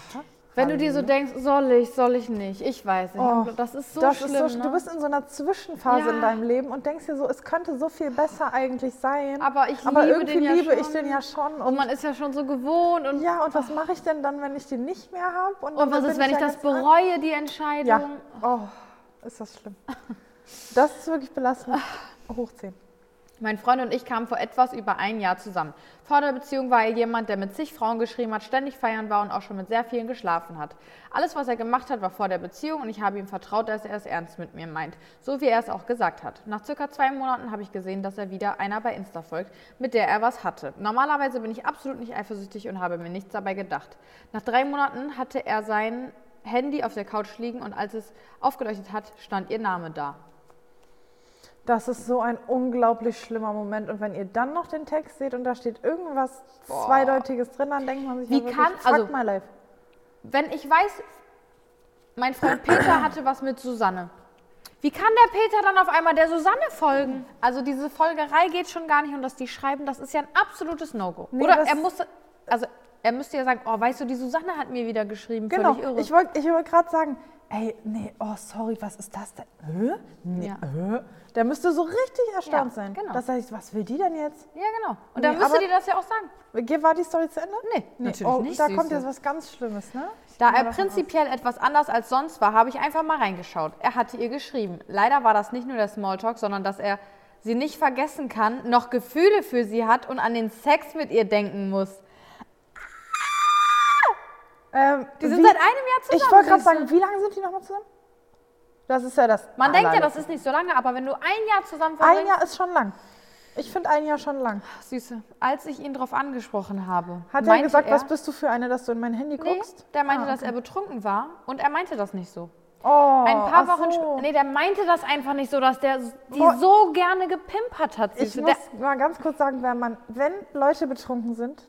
Speaker 2: Wenn du dir so denkst, soll ich, soll ich nicht, ich weiß nicht.
Speaker 1: Oh,
Speaker 2: das ist so
Speaker 1: das
Speaker 2: schlimm.
Speaker 1: ist so,
Speaker 2: ne?
Speaker 1: Du bist in so einer Zwischenphase
Speaker 2: Ja.
Speaker 1: in deinem Leben und denkst dir so, es könnte so viel besser eigentlich sein.
Speaker 2: Aber ich
Speaker 1: aber
Speaker 2: liebe
Speaker 1: irgendwie
Speaker 2: den ja
Speaker 1: liebe ich
Speaker 2: schon.
Speaker 1: den ja schon.
Speaker 2: und man ist ja schon so gewohnt und
Speaker 1: Ja, und was mache ich denn dann, wenn ich den nicht mehr habe?
Speaker 2: Und was ist, wenn ich das bereue, die Entscheidung?
Speaker 1: Ja. Oh, ist das schlimm. Das ist wirklich belastend. Hoch 10.
Speaker 2: Mein Freund und ich kamen vor etwas über ein Jahr zusammen. Vor der Beziehung war er jemand, der mit zig Frauen geschrieben hat, ständig feiern war und auch schon mit sehr vielen geschlafen hat. Alles, was er gemacht hat, war vor der Beziehung und ich habe ihm vertraut, dass er es ernst mit mir meint. So wie er es auch gesagt hat. Nach circa zwei Monaten habe ich gesehen, dass er wieder einer bei Insta folgt, mit der er was hatte. Normalerweise bin ich absolut nicht eifersüchtig und habe mir nichts dabei gedacht. Nach drei Monaten hatte er sein Handy auf der Couch liegen und als es aufgeleuchtet hat, stand ihr Name da.
Speaker 1: Das ist so ein unglaublich schlimmer Moment. Und wenn ihr dann noch den Text seht und da steht irgendwas
Speaker 2: Boah.
Speaker 1: Zweideutiges drin, dann denkt man sich,
Speaker 2: Wie
Speaker 1: ja wirklich,
Speaker 2: kann-
Speaker 1: fuck
Speaker 2: also-
Speaker 1: my life.
Speaker 2: wenn ich weiß, mein Freund Peter hatte was mit Susanne. Wie kann der Peter dann auf einmal der Susanne folgen? Also diese Folgerei geht schon gar nicht und dass die schreiben, das ist ja ein absolutes No-Go.
Speaker 1: Nee,
Speaker 2: Oder
Speaker 1: das-
Speaker 2: er musste, also er müsste ja sagen, oh, weißt du, die Susanne hat mir wieder geschrieben,
Speaker 1: Genau,
Speaker 2: völlig irre.
Speaker 1: ich wollte ich wollt gerade sagen, ey, nee, oh, sorry, was ist das denn? Hä? Nee,
Speaker 2: Ja.
Speaker 1: hä? Der müsste so richtig erstaunt
Speaker 2: Ja,
Speaker 1: sein.
Speaker 2: genau.
Speaker 1: Das heißt, was will die denn jetzt?
Speaker 2: ja, genau. Und dann
Speaker 1: Nee,
Speaker 2: müsste
Speaker 1: aber-
Speaker 2: dir das ja auch sagen.
Speaker 1: Ge- War die Story zu Ende?
Speaker 2: Nee, natürlich
Speaker 1: oh,
Speaker 2: nicht,
Speaker 1: Da
Speaker 2: Süße.
Speaker 1: kommt jetzt was ganz Schlimmes, ne? Ich
Speaker 2: Da
Speaker 1: gehe mal
Speaker 2: er
Speaker 1: davon aus.
Speaker 2: prinzipiell etwas anders als sonst war, habe ich einfach mal reingeschaut. Er hatte ihr geschrieben. Leider war das nicht nur der Smalltalk, sondern dass er sie nicht vergessen kann, noch Gefühle für sie hat und an den Sex mit ihr denken muss.
Speaker 1: Ähm,
Speaker 2: Die sind
Speaker 1: wie-
Speaker 2: seit einem Jahr zusammen.
Speaker 1: Ich wollte gerade
Speaker 2: Süße.
Speaker 1: sagen, wie lange sind die nochmal zusammen? Das ist ja das.
Speaker 2: Man denkt ja,
Speaker 1: allerletzte.
Speaker 2: das ist nicht so lange, aber wenn du ein Jahr zusammen
Speaker 1: Ein
Speaker 2: verbringst,
Speaker 1: Jahr ist schon lang. Ich finde ein Jahr schon lang.
Speaker 2: Ach, Süße, als ich ihn darauf angesprochen habe,
Speaker 1: Hat er
Speaker 2: meinte
Speaker 1: gesagt, was bist du für eine, dass du in mein Handy
Speaker 2: nee,
Speaker 1: guckst?
Speaker 2: Der meinte,
Speaker 1: Ah,
Speaker 2: dass er betrunken war und er meinte das nicht so.
Speaker 1: Oh,
Speaker 2: Ein paar
Speaker 1: ach
Speaker 2: Wochen
Speaker 1: so.
Speaker 2: sp- Nee, der meinte das einfach nicht so, dass der s- die
Speaker 1: Boah.
Speaker 2: so gerne gepimpert hat,
Speaker 1: Ich
Speaker 2: Süße.
Speaker 1: muss mal ganz kurz sagen, wenn, man, wenn Leute betrunken sind,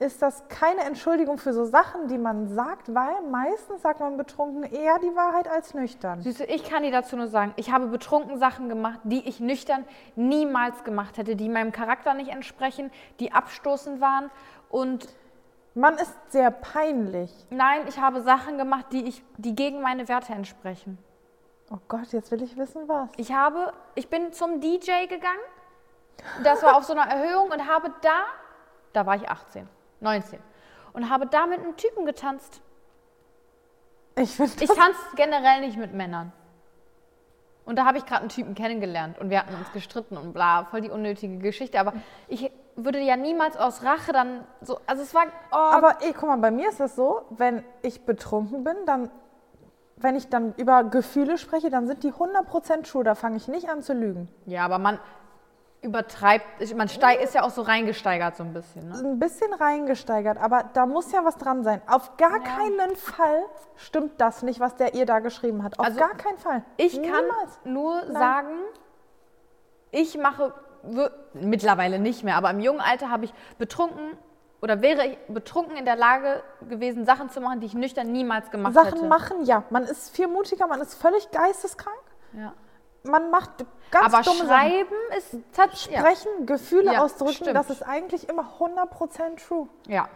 Speaker 1: ist das keine Entschuldigung für so Sachen, die man sagt, weil meistens sagt man betrunken eher die Wahrheit als nüchtern.
Speaker 2: Süße, ich kann dir dazu nur sagen, ich habe betrunken Sachen gemacht, die ich nüchtern niemals gemacht hätte, die meinem Charakter nicht entsprechen, die abstoßend waren. Und
Speaker 1: Man ist sehr peinlich.
Speaker 2: nein, ich habe Sachen gemacht, die, ich, die gegen meine Werte entsprechen.
Speaker 1: Oh Gott, jetzt will ich wissen, was.
Speaker 2: Ich habe, ich bin zum DJ gegangen, das war auf so einer Erhöhung und habe da, da war ich 18, 19, und habe da mit einem Typen getanzt.
Speaker 1: Ich finde
Speaker 2: Ich tanze generell nicht mit Männern. Und da habe ich gerade einen Typen kennengelernt und wir hatten uns gestritten und bla, voll die unnötige Geschichte. Aber ich würde ja niemals aus Rache dann so. Also es war. Oh,
Speaker 1: Aber ey, guck mal, bei mir ist das so, wenn ich betrunken bin, dann, wenn ich dann über Gefühle spreche, dann sind die 100% schuld. Da fange ich nicht an zu lügen.
Speaker 2: ja, aber man übertreibt, man steig, ist ja auch so reingesteigert so ein bisschen. Ne?
Speaker 1: Ein bisschen reingesteigert, aber da muss ja was dran sein. Auf gar keinen Fall stimmt das nicht, was der ihr da geschrieben hat. Auf
Speaker 2: Also,
Speaker 1: gar keinen Fall.
Speaker 2: Ich kann
Speaker 1: Niemals.
Speaker 2: nur sagen, ich mache wir- mittlerweile nicht mehr, aber im jungen Alter habe ich betrunken oder wäre ich betrunken in der Lage gewesen, Sachen zu machen, die ich nüchtern niemals gemacht
Speaker 1: Sachen
Speaker 2: hätte.
Speaker 1: machen, ja. Man ist viel mutiger, man ist völlig geisteskrank.
Speaker 2: Ja.
Speaker 1: Man macht ganz
Speaker 2: Aber
Speaker 1: dumme Sachen.
Speaker 2: schreiben ist tatsächlich. Ja.
Speaker 1: Sprechen, Gefühle
Speaker 2: Ja,
Speaker 1: ausdrücken,
Speaker 2: stimmt.
Speaker 1: das ist eigentlich immer 100% true.
Speaker 2: ja.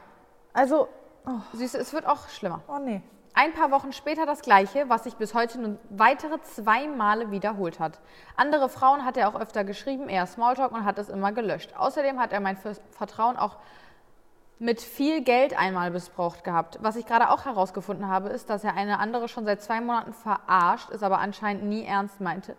Speaker 1: Also,
Speaker 2: Süße, es wird auch schlimmer.
Speaker 1: oh nee.
Speaker 2: Ein paar Wochen später das gleiche, was sich bis heute nun weitere zwei Male wiederholt hat. Andere Frauen hat er auch öfter geschrieben, eher Smalltalk und hat es immer gelöscht. Außerdem hat er mein Vers- Vertrauen auch mit viel Geld einmal missbraucht gehabt. Was ich gerade auch herausgefunden habe, ist, dass er eine andere schon seit zwei Monaten verarscht, es aber anscheinend nie ernst meinte.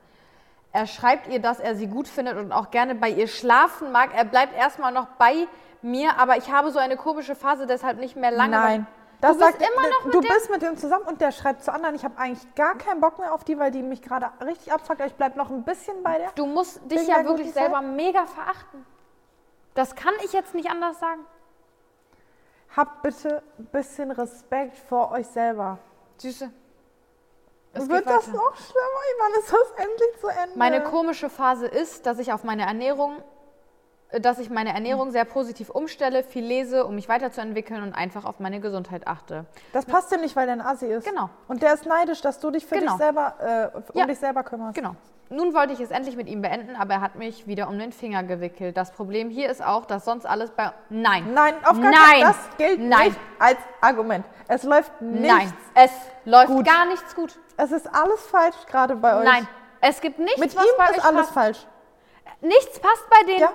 Speaker 2: Er schreibt ihr, dass er sie gut findet und auch gerne bei ihr schlafen mag. Er bleibt erstmal noch bei mir, aber ich habe so eine komische Phase, deshalb nicht mehr lange.
Speaker 1: Nein.
Speaker 2: Das du bist immer noch mit
Speaker 1: Du
Speaker 2: der
Speaker 1: bist mit dem zusammen und der schreibt zu anderen, ich habe eigentlich gar keinen Bock mehr auf die, weil die mich gerade richtig abfuckt, aber ich bleib noch ein bisschen bei der.
Speaker 2: Du musst dich
Speaker 1: Wegen
Speaker 2: ja
Speaker 1: der
Speaker 2: wirklich
Speaker 1: guten Zeit?
Speaker 2: selber mega verachten. Das kann ich jetzt nicht anders sagen.
Speaker 1: Habt bitte ein bisschen Respekt vor euch selber.
Speaker 2: Süße.
Speaker 1: Wird das noch schlimmer? Wann ist das endlich zu Ende?
Speaker 2: Meine komische Phase ist, dass ich auf meine Ernährung, äh, dass ich meine
Speaker 1: Hm.
Speaker 2: Ernährung sehr positiv umstelle, viel lese, um mich weiterzuentwickeln und einfach auf meine Gesundheit achte.
Speaker 1: das passt dir nicht, weil dein Assi ist.
Speaker 2: Genau.
Speaker 1: Und der ist neidisch, dass du dich für
Speaker 2: Genau.
Speaker 1: dich selber, äh, um
Speaker 2: Ja.
Speaker 1: dich selber kümmerst.
Speaker 2: Genau. Nun wollte ich es endlich mit ihm beenden, aber er hat mich wieder um den Finger gewickelt. Das Problem hier ist auch, dass sonst alles bei Nein.
Speaker 1: Nein, auf gar
Speaker 2: Nein.
Speaker 1: keinen Fall. Das gilt
Speaker 2: Nein.
Speaker 1: nicht als Argument. Es läuft nichts.
Speaker 2: Nein. Es läuft
Speaker 1: gut.
Speaker 2: gar nichts gut.
Speaker 1: Es ist alles falsch gerade bei euch.
Speaker 2: Nein. Es gibt nichts,
Speaker 1: Mit ihm
Speaker 2: was bei euch Genau.
Speaker 1: ist alles
Speaker 2: passt.
Speaker 1: falsch.
Speaker 2: Nichts passt bei denen.
Speaker 1: Ja,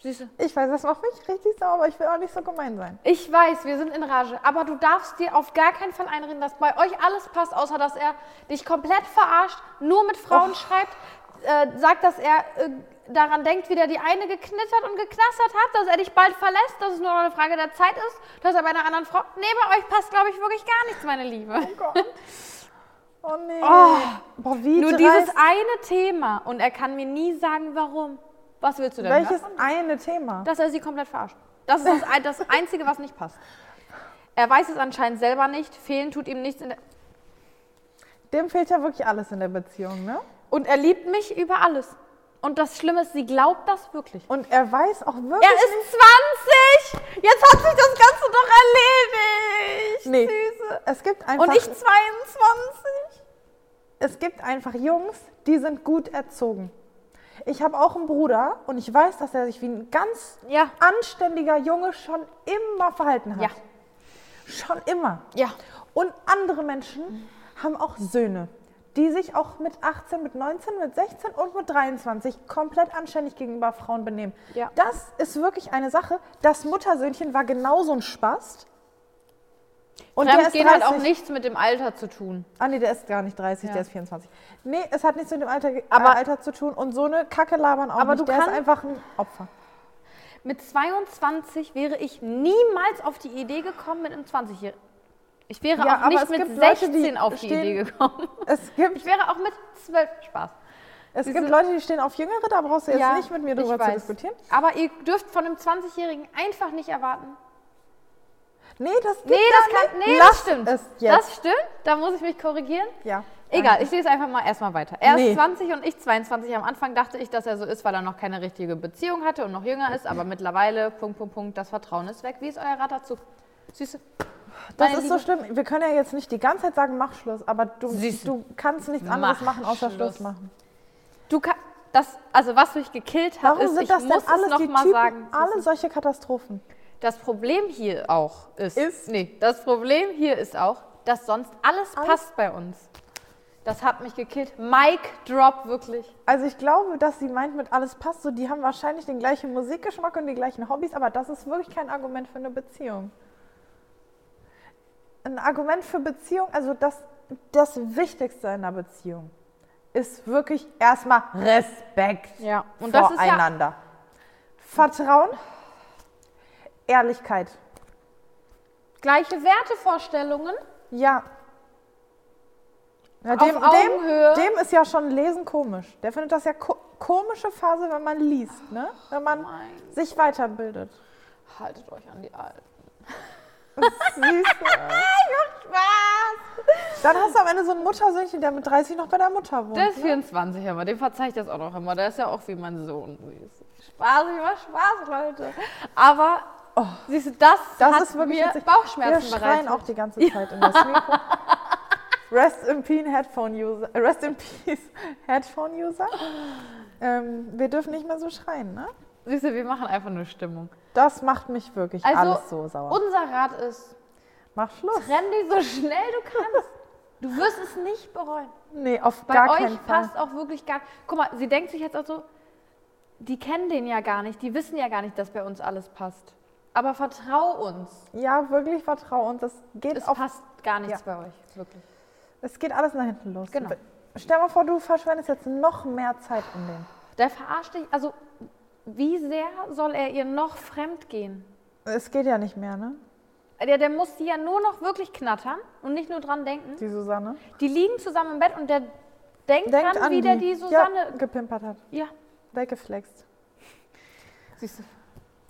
Speaker 2: Süße.
Speaker 1: ich weiß, das macht mich richtig sauer, aber ich will auch nicht so gemein sein.
Speaker 2: Ich weiß, wir sind in Rage, aber du darfst dir auf gar keinen Fall einreden, dass bei euch alles passt, außer dass er dich komplett verarscht, nur mit Frauen schreibt, äh, sagt, dass er äh, daran denkt, wie der die eine geknittert und geknassert hat, dass er dich bald verlässt, dass es nur noch eine Frage der Zeit ist, dass er bei einer anderen Frau... Nee, bei euch passt, glaube ich, wirklich gar nichts, meine Liebe.
Speaker 1: Oh Gott. Oh nee.
Speaker 2: Oh.
Speaker 1: Boah, wie
Speaker 2: Nur
Speaker 1: dreist.
Speaker 2: dieses eine Thema und er kann mir nie sagen, warum. Was willst du denn? hören?
Speaker 1: Welches eine Thema?
Speaker 2: dass er sie komplett verarscht. Das ist das, ein- das Einzige, was nicht passt. Er weiß es anscheinend selber nicht, fehlen tut ihm nichts. In der
Speaker 1: Dem fehlt ja wirklich alles in der Beziehung, ne?
Speaker 2: und er liebt mich über alles. Und das Schlimme ist, sie glaubt das wirklich.
Speaker 1: Und er weiß auch wirklich
Speaker 2: Er ist 20! Jetzt hat sich das Ganze doch erledigt!
Speaker 1: Nee.
Speaker 2: Süße.
Speaker 1: Es gibt einfach
Speaker 2: Und ich 22!
Speaker 1: es gibt einfach Jungs, die sind gut erzogen. Ich habe auch einen Bruder und ich weiß, dass er sich wie ein ganz
Speaker 2: Ja.
Speaker 1: anständiger Junge schon immer verhalten hat.
Speaker 2: Ja.
Speaker 1: Schon immer.
Speaker 2: Ja.
Speaker 1: Und andere Menschen haben auch Söhne, die sich auch mit 18, mit 19, mit 16 und mit 23 komplett anständig gegenüber Frauen benehmen.
Speaker 2: Ja.
Speaker 1: Das ist wirklich eine Sache. Das Muttersöhnchen war genauso ein Spaß. Und
Speaker 2: Und
Speaker 1: der ist 30.
Speaker 2: Fremdgehen hat halt auch nichts mit dem Alter zu tun.
Speaker 1: Ah nee, der ist gar nicht 30,
Speaker 2: Ja.
Speaker 1: der ist 24. Nee, es hat nichts mit dem Alter, ge-
Speaker 2: Aber-
Speaker 1: äh, Alter zu tun und so eine Kacke labern auch
Speaker 2: Aber
Speaker 1: nicht.
Speaker 2: du
Speaker 1: der ist
Speaker 2: kannst-
Speaker 1: einfach ein Opfer.
Speaker 2: Mit 22 wäre ich niemals auf die Idee gekommen mit einem 20-Jährigen. Ich wäre
Speaker 1: Ja,
Speaker 2: auch
Speaker 1: aber
Speaker 2: nicht
Speaker 1: es
Speaker 2: mit
Speaker 1: gibt Leute,
Speaker 2: 16
Speaker 1: die
Speaker 2: auf die
Speaker 1: stehen-
Speaker 2: Idee gekommen.
Speaker 1: Es gibt,
Speaker 2: Ich wäre auch mit 12 Spaß.
Speaker 1: es
Speaker 2: diese-
Speaker 1: gibt Leute, die stehen auf Jüngere, da brauchst du jetzt
Speaker 2: Ja,
Speaker 1: nicht mit mir
Speaker 2: ich
Speaker 1: drüber zu
Speaker 2: weiß.
Speaker 1: diskutieren.
Speaker 2: Aber ihr dürft von einem 20-Jährigen einfach nicht erwarten.
Speaker 1: Nee, das geht
Speaker 2: Nee, das
Speaker 1: gar
Speaker 2: kann.
Speaker 1: nicht.
Speaker 2: Nee,
Speaker 1: Lass
Speaker 2: das stimmt.
Speaker 1: Es jetzt.
Speaker 2: Das stimmt. Da muss ich mich korrigieren.
Speaker 1: ja.
Speaker 2: Egal, ich lese einfach mal erstmal weiter. Er
Speaker 1: Nee.
Speaker 2: ist 20 und ich 22. Am Anfang dachte ich, dass er so ist, weil er noch keine richtige Beziehung hatte und noch jünger ist. Aber mittlerweile, Punkt, Punkt, Punkt, das Vertrauen ist weg. Wie ist euer Rat dazu? Süße.
Speaker 1: Das
Speaker 2: Meine
Speaker 1: ist so
Speaker 2: Liebe-
Speaker 1: schlimm. Wir können ja jetzt nicht die ganze Zeit sagen, mach Schluss, aber du,
Speaker 2: Süße.
Speaker 1: du kannst nichts anderes
Speaker 2: Mach
Speaker 1: machen, außer Schluss,
Speaker 2: Schluss.
Speaker 1: machen.
Speaker 2: Du kannst. Das, also was mich gekillt hat,
Speaker 1: Warum
Speaker 2: ist, ich
Speaker 1: sind das denn
Speaker 2: muss es
Speaker 1: alles die
Speaker 2: noch mal
Speaker 1: Typen,
Speaker 2: sagen.
Speaker 1: alle solche Katastrophen?
Speaker 2: Das Problem hier auch ist,
Speaker 1: Ist?
Speaker 2: Nee, das Problem hier ist auch, dass sonst alles,
Speaker 1: Alles?
Speaker 2: passt bei uns. Das hat mich gekillt. Mic drop, wirklich.
Speaker 1: Also ich glaube, dass sie meint, mit alles passt so, die haben wahrscheinlich den gleichen Musikgeschmack und die gleichen Hobbys, aber das ist wirklich kein Argument für eine Beziehung. Ein Argument für Beziehung, also das, das Wichtigste in einer Beziehung ist wirklich erstmal Respekt
Speaker 2: Ja, und das ist ja,
Speaker 1: voreinander. Vertrauen, Ehrlichkeit.
Speaker 2: gleiche Wertevorstellungen.
Speaker 1: Ja. ja
Speaker 2: Auf Augenhöhe.
Speaker 1: Dem, dem ist ja schon Lesen komisch. Der findet das ja ko komische Phase, wenn man liest, ne? Wenn man
Speaker 2: mein
Speaker 1: sich weiterbildet.
Speaker 2: Haltet euch an die Alten.
Speaker 1: Siehst du?
Speaker 2: Was?
Speaker 1: Dann hast du am Ende so ein Muttersöhnchen, der mit 30 noch bei der Mutter wohnt.
Speaker 2: Der ist 24 immer, dem verzeih ich das auch noch immer. Der ist ja auch wie mein Sohn. süß. Spaß, ich mach Spaß, Leute. Aber, oh, siehst du, das,
Speaker 1: das
Speaker 2: hat
Speaker 1: ist wirklich
Speaker 2: mir
Speaker 1: witzig.
Speaker 2: Bauchschmerzen
Speaker 1: Wir schreien
Speaker 2: bereitet.
Speaker 1: auch die ganze Zeit in das Mikro. Rest in Peace Headphone User. äh, Rest in Peace Headphone User. Ähm, wir dürfen nicht mehr so schreien, ne?
Speaker 2: Siehst du, wir machen einfach nur Stimmung.
Speaker 1: Das macht mich wirklich
Speaker 2: Also,
Speaker 1: alles so sauer.
Speaker 2: unser Rat ist,
Speaker 1: Mach Schluss.
Speaker 2: renn dich so schnell du kannst. Du wirst es nicht bereuen.
Speaker 1: Nee, auf
Speaker 2: Bei
Speaker 1: gar
Speaker 2: euch
Speaker 1: keinen Fall.
Speaker 2: passt auch wirklich gar. Guck mal, sie denkt sich jetzt auch so, die kennen den ja gar nicht, die wissen ja gar nicht, dass bei uns alles passt. Aber vertrau uns.
Speaker 1: Ja, wirklich vertrau uns. Das geht
Speaker 2: Es
Speaker 1: auf,
Speaker 2: passt gar nichts bei euch, wirklich.
Speaker 1: es geht alles nach hinten los.
Speaker 2: Genau.
Speaker 1: Stell mal vor, du verschwendest jetzt noch mehr Zeit in dem.
Speaker 2: Der verarscht dich, also wie sehr soll er ihr noch fremd gehen?
Speaker 1: Es geht ja nicht mehr, ne?
Speaker 2: Der, der muss sie ja nur noch wirklich knattern und nicht nur dran denken.
Speaker 1: Die Susanne.
Speaker 2: Die liegen zusammen im Bett und der
Speaker 1: Denkt
Speaker 2: denkt, dran,
Speaker 1: an
Speaker 2: wie der
Speaker 1: die
Speaker 2: die
Speaker 1: Ja,
Speaker 2: Susanne.
Speaker 1: gepimpert hat.
Speaker 2: Ja.
Speaker 1: Weggeflext.
Speaker 2: Siehst du.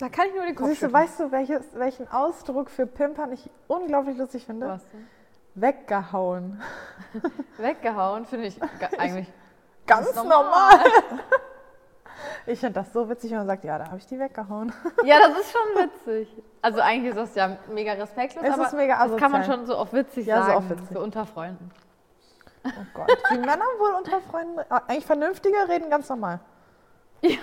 Speaker 2: Da kann ich nur den Kopf
Speaker 1: Siehst du, weißt du, welches, welchen Ausdruck für Pimpern ich unglaublich lustig finde?
Speaker 2: Was denn?
Speaker 1: Weggehauen.
Speaker 2: Weggehauen, finde ich ga- eigentlich.
Speaker 1: Ganz
Speaker 2: Ist
Speaker 1: normal.
Speaker 2: normal.
Speaker 1: Ich finde das so witzig, wenn man sagt, ja, da habe ich die weggehauen.
Speaker 2: Ja, das ist schon witzig. Also eigentlich ist das ja mega respektlos,
Speaker 1: Es
Speaker 2: aber
Speaker 1: ist mega
Speaker 2: das kann man
Speaker 1: asozial.
Speaker 2: schon so auf witzig
Speaker 1: Ja, so
Speaker 2: sagen,
Speaker 1: auf witzig.
Speaker 2: so unter Freunden.
Speaker 1: Oh Gott. Die Männer wohl unter Freunden, ah, eigentlich Vernünftige reden ganz normal.
Speaker 2: Ich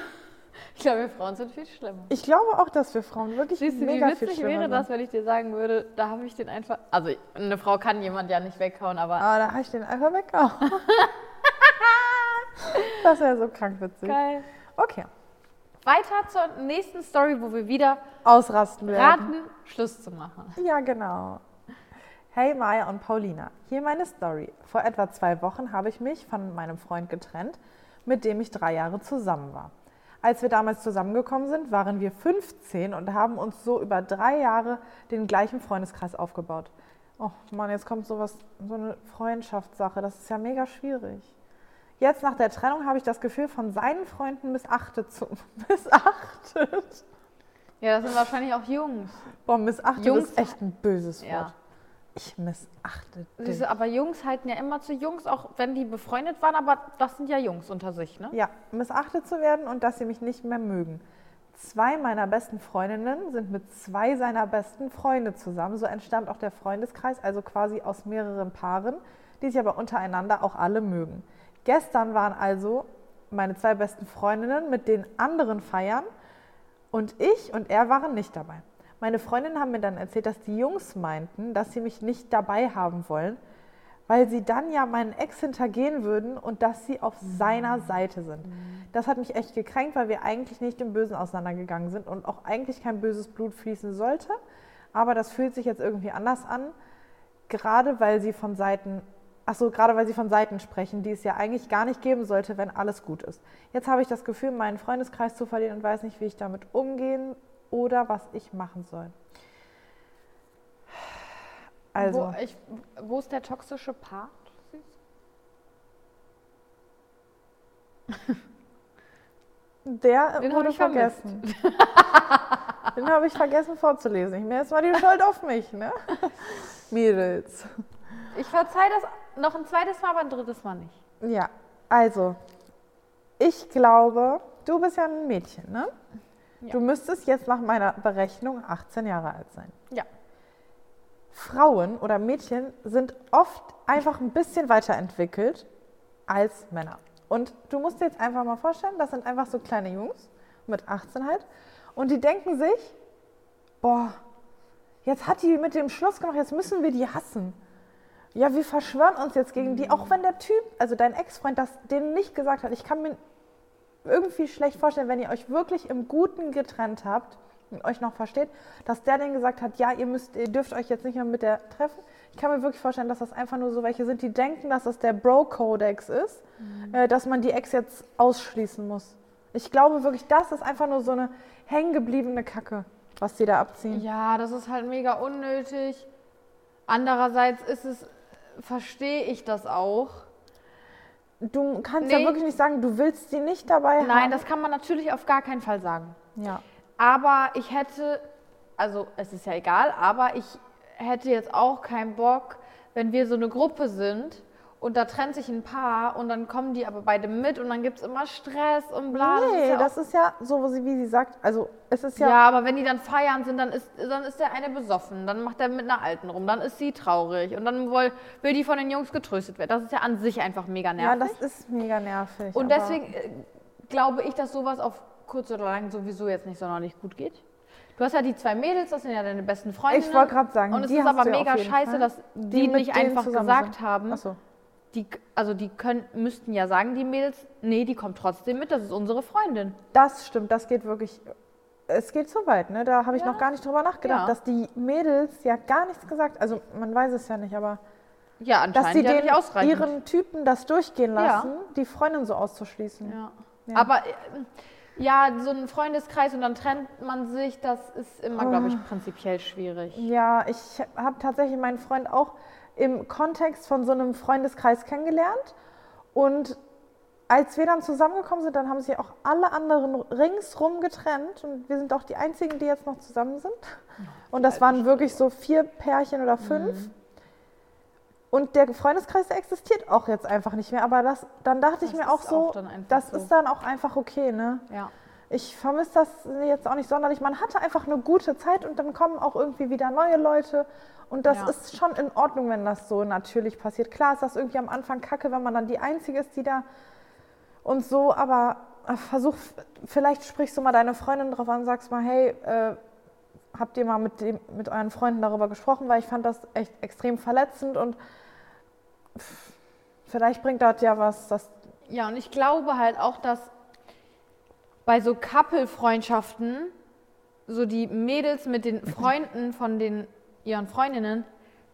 Speaker 2: glaube, wir Frauen sind viel schlimmer.
Speaker 1: Ich glaube auch, dass wir Frauen wirklich
Speaker 2: Siehst du, wie
Speaker 1: mega viel
Speaker 2: witzig
Speaker 1: schlimmer
Speaker 2: wäre
Speaker 1: sind.
Speaker 2: das, wenn ich dir sagen würde, da habe ich den einfach. Also eine Frau kann jemand ja nicht weghauen, aber
Speaker 1: Ah, da habe ich den einfach weggehauen. das wäre so krank witzig.
Speaker 2: geil.
Speaker 1: Okay.
Speaker 2: Weiter zur nächsten Story, wo wir wieder
Speaker 1: Ausrasten werden.
Speaker 2: raten, Schluss zu machen.
Speaker 1: Ja, genau. Hey Maya und Paulina, hier meine Story. Vor etwa zwei Wochen habe ich mich von meinem Freund getrennt, mit dem ich drei Jahre zusammen war. Als wir damals zusammengekommen sind, waren wir 15 und haben uns so über drei Jahre den gleichen Freundeskreis aufgebaut. Och Mann, jetzt kommt sowas, so eine Freundschaftssache. Das ist ja mega schwierig. Jetzt nach der Trennung habe ich das Gefühl, von seinen Freunden missachtet zu. Missachtet?
Speaker 2: Ja, das sind wahrscheinlich auch Jungs.
Speaker 1: Boah, missachtet
Speaker 2: Jungs-
Speaker 1: ist echt ein böses Wort.
Speaker 2: Ja.
Speaker 1: Ich missachte
Speaker 2: Siehst
Speaker 1: dich.
Speaker 2: du, aber Jungs halten ja immer zu Jungs, auch wenn die befreundet waren, aber das sind ja Jungs unter sich, ne?
Speaker 1: Ja, missachtet zu werden und dass sie mich nicht mehr mögen. Zwei meiner besten Freundinnen sind mit zwei seiner besten Freunde zusammen. So entstand auch der Freundeskreis, also quasi aus mehreren Paaren, die sich aber untereinander auch alle mögen. Gestern waren also meine zwei besten Freundinnen mit den anderen feiern und ich und er waren nicht dabei. Meine Freundinnen haben mir dann erzählt, dass die Jungs meinten, dass sie mich nicht dabei haben wollen, weil sie dann ja meinen Ex hintergehen würden und dass sie auf seiner Seite sind. Das hat mich echt gekränkt, weil wir eigentlich nicht im Bösen auseinandergegangen sind und auch eigentlich kein böses Blut fließen sollte. Aber das fühlt sich jetzt irgendwie anders an, gerade weil sie von Seiten, ach so, gerade weil sie von Seiten sprechen, die es ja eigentlich gar nicht geben sollte, wenn alles gut ist. Jetzt habe ich das Gefühl, meinen Freundeskreis zu verlieren und weiß nicht, wie ich damit umgehen oder was ich machen soll. Also,
Speaker 2: Wo, ich, wo ist der toxische Part?
Speaker 1: der
Speaker 2: Den habe
Speaker 1: wurde
Speaker 2: ich vermisst.
Speaker 1: vergessen. Den habe ich vergessen vorzulesen. Ich nehme jetzt mal die Schuld auf mich, ne? Mädels.
Speaker 2: Ich verzeihe das noch ein zweites Mal, aber ein drittes Mal nicht.
Speaker 1: Ja, also, ich glaube, du bist ja ein Mädchen, ne?
Speaker 2: Ja.
Speaker 1: Du müsstest jetzt nach meiner Berechnung 18 Jahre alt sein.
Speaker 2: Ja.
Speaker 1: Frauen oder Mädchen sind oft einfach ein bisschen weiterentwickelt als Männer. Und du musst dir jetzt einfach mal vorstellen, das sind einfach so kleine Jungs mit 18 halt. Und die denken sich, boah, jetzt hat die mit dem Schluss gemacht, jetzt müssen wir die hassen. Ja, wir verschwören uns jetzt gegen die, auch wenn der Typ, also dein Ex-Freund, das denen nicht gesagt hat. Ich kann mir irgendwie schlecht vorstellen, wenn ihr euch wirklich im Guten getrennt habt, euch noch versteht, dass der dann gesagt hat, ja, ihr, müsst, ihr dürft euch jetzt nicht mehr mit der treffen. Ich kann mir wirklich vorstellen, dass das einfach nur so welche sind, die denken, dass das der Bro-Codex ist, äh, dass man die Ex jetzt ausschließen muss. Ich glaube wirklich, das ist einfach nur so eine hängengebliebene Kacke, was die da abziehen.
Speaker 2: Ja, das ist halt mega unnötig. Andererseits ist es, verstehe ich das auch.
Speaker 1: Du kannst ja
Speaker 2: Nee.
Speaker 1: wirklich nicht sagen, du willst die nicht dabei haben.
Speaker 2: Nein, das kann man natürlich auf gar keinen Fall sagen.
Speaker 1: Ja.
Speaker 2: Aber ich hätte, also es ist ja egal, aber ich hätte jetzt auch keinen Bock, wenn wir so eine Gruppe sind und da trennt sich ein Paar und dann kommen die aber beide mit und dann gibt es immer Stress und bla. das ist
Speaker 1: nee,
Speaker 2: ja,
Speaker 1: das ist ja so, wie sie- wie sie sagt, also es ist
Speaker 2: auch, ja.
Speaker 1: ja,
Speaker 2: aber wenn die dann feiern sind, dann ist, dann ist der eine besoffen, dann macht er mit einer Alten rum, dann ist sie traurig und dann will, will die von den Jungs getröstet werden. Das ist ja an sich einfach mega nervig.
Speaker 1: ja, das ist mega nervig.
Speaker 2: Und
Speaker 1: aber-
Speaker 2: deswegen äh, glaube ich, dass sowas auf kurz oder lang sowieso jetzt nicht sonderlich gut geht. Du hast ja die zwei Mädels, das sind ja deine besten Freundinnen.
Speaker 1: Ich wollte gerade sagen,
Speaker 2: Und es
Speaker 1: die
Speaker 2: ist
Speaker 1: hast
Speaker 2: aber
Speaker 1: du ja auf
Speaker 2: mega
Speaker 1: jeden
Speaker 2: scheiße,
Speaker 1: Fall.
Speaker 2: dass die,
Speaker 1: mit
Speaker 2: nicht
Speaker 1: denen
Speaker 2: einfach
Speaker 1: zusammen
Speaker 2: gesagt
Speaker 1: sind.
Speaker 2: haben,
Speaker 1: Ach so.
Speaker 2: die, also die können, müssten ja sagen, die Mädels, nee, die kommt trotzdem mit, das ist unsere Freundin.
Speaker 1: Das stimmt, das geht wirklich. Es geht so weit, ne? Da habe ich
Speaker 2: Ja.
Speaker 1: noch gar nicht drüber nachgedacht,
Speaker 2: Ja.
Speaker 1: dass die Mädels ja gar nichts gesagt, also man weiß es ja nicht, aber
Speaker 2: Ja,
Speaker 1: dass sie
Speaker 2: anscheinend ja
Speaker 1: den
Speaker 2: nicht ausreichend.
Speaker 1: ihren Typen das durchgehen
Speaker 2: Ja.
Speaker 1: lassen, die Freundin so auszuschließen.
Speaker 2: ja.
Speaker 1: Ja.
Speaker 2: Aber äh, ja, so ein Freundeskreis und dann trennt man sich, das ist immer, glaube ich, prinzipiell schwierig.
Speaker 1: Oh. Ja, ich habe tatsächlich meinen Freund auch im Kontext von so einem Freundeskreis kennengelernt. Und als wir dann zusammengekommen sind, dann haben sich auch alle anderen ringsrum getrennt. Und wir sind auch die einzigen, die jetzt noch zusammen sind. Und das waren wirklich so vier Pärchen oder fünf.
Speaker 2: Mhm.
Speaker 1: Und der Freundeskreis der existiert auch jetzt einfach nicht mehr. Aber das, dann dachte ich
Speaker 2: Das
Speaker 1: mir auch
Speaker 2: ist
Speaker 1: so,
Speaker 2: auch dann einfach
Speaker 1: das
Speaker 2: so.
Speaker 1: ist dann auch einfach okay, ne?
Speaker 2: Ja.
Speaker 1: Ich vermisse das jetzt auch nicht sonderlich. Man hatte einfach eine gute Zeit und dann kommen auch irgendwie wieder neue Leute. Und das
Speaker 2: Ja.
Speaker 1: ist schon in Ordnung, wenn das so natürlich passiert. Klar ist das irgendwie am Anfang kacke, wenn man dann die Einzige ist, die da und so, aber äh, versuch, vielleicht sprichst du mal deine Freundin drauf an, sagst mal, hey, äh, habt ihr mal mit, dem, mit euren Freunden darüber gesprochen, weil ich fand das echt extrem verletzend und pff, vielleicht bringt das ja was, dass
Speaker 2: Ja, und ich glaube halt auch, dass bei so Couple-Freundschaften, so die Mädels mit den Freunden von den, ihren Freundinnen,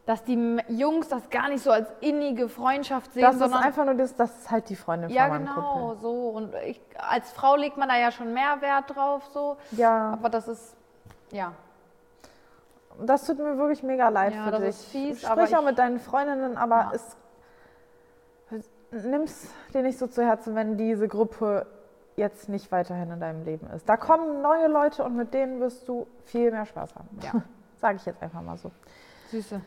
Speaker 2: dass die M- Jungs das gar nicht so als innige Freundschaft sehen,
Speaker 1: das ist
Speaker 2: sondern
Speaker 1: einfach nur das, das ist halt die Freundin
Speaker 2: ja
Speaker 1: von meinem Kumpel.
Speaker 2: genau so. Und ich, als Frau legt man da ja schon mehr Wert drauf, so.
Speaker 1: Ja.
Speaker 2: Aber das ist ja
Speaker 1: Das tut mir wirklich mega leid
Speaker 2: Ja,
Speaker 1: für
Speaker 2: das
Speaker 1: dich.
Speaker 2: ist fies,
Speaker 1: Sprich
Speaker 2: aber
Speaker 1: auch
Speaker 2: ich-
Speaker 1: mit deinen Freundinnen, aber
Speaker 2: Ja.
Speaker 1: es nimm's dir nicht so zu Herzen, wenn diese Gruppe jetzt nicht weiterhin in deinem Leben ist. Da kommen neue Leute und mit denen wirst du viel mehr Spaß haben.
Speaker 2: Ja.
Speaker 1: Sage ich jetzt einfach mal so.
Speaker 2: süße.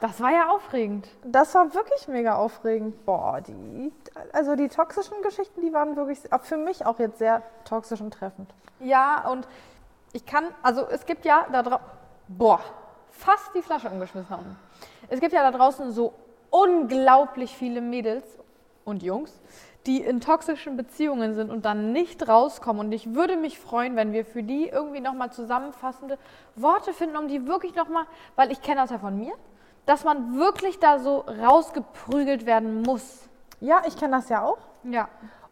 Speaker 2: Das war ja aufregend.
Speaker 1: Das war wirklich mega aufregend. Boah, die, also die toxischen Geschichten, die waren wirklich für mich auch jetzt sehr toxisch und treffend.
Speaker 2: Ja, und ich kann, also es gibt ja da draußen, boah, fast die Flasche umgeschmissen nach unten. Es gibt ja da draußen so unglaublich viele Mädels und Jungs, die in toxischen Beziehungen sind und dann nicht rauskommen. Und ich würde mich freuen, wenn wir für die irgendwie nochmal zusammenfassende Worte finden, um die wirklich nochmal, weil ich kenne das ja von mir, dass man wirklich da so rausgeprügelt werden muss.
Speaker 1: Ja, ich kenne das ja auch.
Speaker 2: Ja.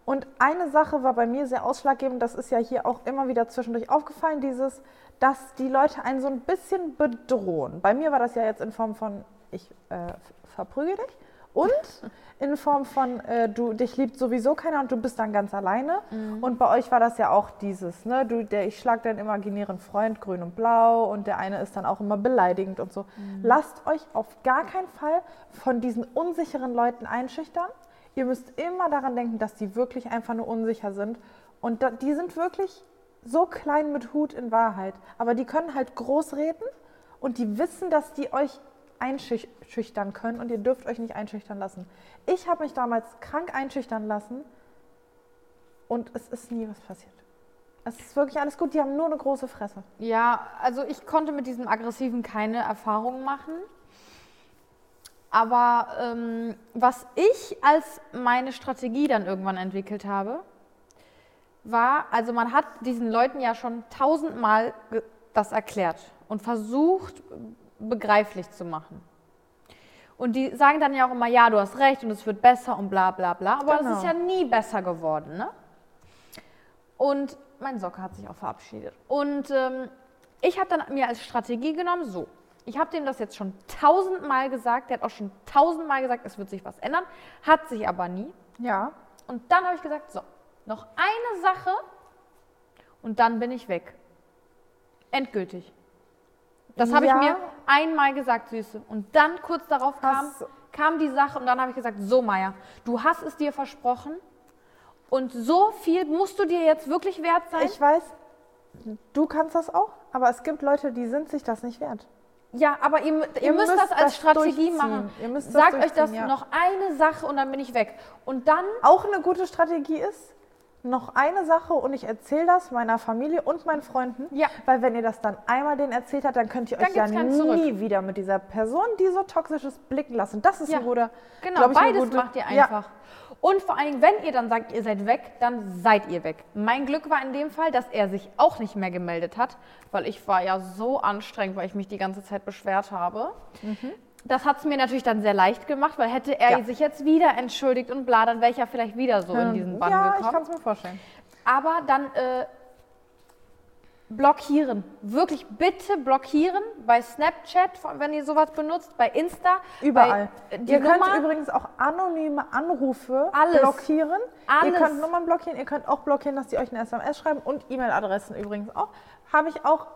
Speaker 1: Und eine Sache war bei mir sehr ausschlaggebend, das ist ja hier auch immer wieder zwischendurch aufgefallen, dieses, dass die Leute einen so ein bisschen bedrohen. Bei mir war das ja jetzt in Form von, ich äh, verprüge dich und in Form von, äh, du, dich liebt sowieso keiner und du bist dann ganz alleine. Und bei euch war das ja auch dieses, ne, du, der, ich schlag deinen imaginären Freund grün und blau und der eine ist dann auch immer beleidigend und so. Lasst euch auf gar keinen Fall von diesen unsicheren Leuten einschüchtern. Ihr müsst immer daran denken, dass die wirklich einfach nur unsicher sind. Und da, die sind wirklich so klein mit Hut in Wahrheit. Aber die können halt groß reden und die wissen, dass die euch einschüchtern können und ihr dürft euch nicht einschüchtern lassen. Ich habe mich damals krank einschüchtern lassen und es ist nie was passiert. Es ist wirklich alles gut. Die haben nur eine große Fresse.
Speaker 2: Ja, also ich konnte mit diesem Aggressiven keine Erfahrung machen. Aber ähm, was ich als meine Strategie dann irgendwann entwickelt habe, war, also man hat diesen Leuten ja schon tausendmal ge- das erklärt und versucht begreiflich zu machen. Und die sagen dann ja auch immer, ja, du hast recht und es wird besser und bla bla bla. Aber es
Speaker 1: Genau.
Speaker 2: ist ja nie besser geworden, ne? Und mein Socke hat sich auch verabschiedet. Und ähm, ich habe dann mir als Strategie genommen, so, ich habe dem das jetzt schon tausendmal gesagt, der hat auch schon tausendmal gesagt, es wird sich was ändern, hat sich aber nie.
Speaker 1: Ja.
Speaker 2: Und dann habe ich gesagt, so, noch eine Sache und dann bin ich weg. Endgültig. Das habe
Speaker 1: Ja.
Speaker 2: ich mir einmal gesagt, Süße. Und dann kurz darauf kam,
Speaker 1: Hast-
Speaker 2: kam die Sache und dann habe ich gesagt, so Maya, du hast es dir versprochen und so viel musst du dir jetzt wirklich wert sein.
Speaker 1: Ich weiß, du kannst das auch, aber es gibt Leute, die sind sich das nicht wert.
Speaker 2: ja, aber ihr, ihr,
Speaker 1: Ihr
Speaker 2: müsst,
Speaker 1: müsst
Speaker 2: das als
Speaker 1: das
Speaker 2: Strategie
Speaker 1: durchziehen.
Speaker 2: machen.
Speaker 1: Ihr müsst das
Speaker 2: Sagt euch das
Speaker 1: durchziehen, ja.
Speaker 2: noch eine Sache und dann bin ich weg. Und dann
Speaker 1: Auch eine gute Strategie ist, noch eine Sache und ich erzähle das meiner Familie und meinen Freunden.
Speaker 2: Ja.
Speaker 1: Weil wenn ihr das dann einmal denen erzählt habt, dann könnt ihr
Speaker 2: Dann
Speaker 1: euch ja
Speaker 2: gibt's keinen zurück.
Speaker 1: nie wieder mit dieser Person, die so toxisch ist, blicken lassen. Das ist
Speaker 2: Ja,
Speaker 1: ein guter.
Speaker 2: Genau,
Speaker 1: glaub ich, ne? eine
Speaker 2: beides
Speaker 1: gute-
Speaker 2: macht ihr einfach. Und vor allen Dingen, wenn ihr dann sagt, ihr seid weg, dann seid ihr weg. Mein Glück war in dem Fall, dass er sich auch nicht mehr gemeldet hat, weil ich war ja so anstrengend, weil ich mich die ganze Zeit beschwert habe. Das hat es mir natürlich dann sehr leicht gemacht, weil hätte er
Speaker 1: Mhm. Ja. Hm.
Speaker 2: sich jetzt wieder entschuldigt und bla, dann wäre ich ja vielleicht wieder so in diesen Bann
Speaker 1: ja, ich
Speaker 2: gekommen.
Speaker 1: kann es mir vorstellen.
Speaker 2: Aber dann äh, blockieren. Wirklich bitte blockieren bei Snapchat, wenn ihr sowas benutzt, bei Insta.
Speaker 1: Überall.
Speaker 2: Bei, äh, die
Speaker 1: ihr könnt
Speaker 2: Nummer,
Speaker 1: übrigens auch anonyme Anrufe
Speaker 2: Alles.
Speaker 1: blockieren.
Speaker 2: Alles.
Speaker 1: Ihr könnt Nummern blockieren, ihr könnt auch blockieren, dass die euch eine SMS schreiben und E-Mail-Adressen übrigens auch. Habe ich auch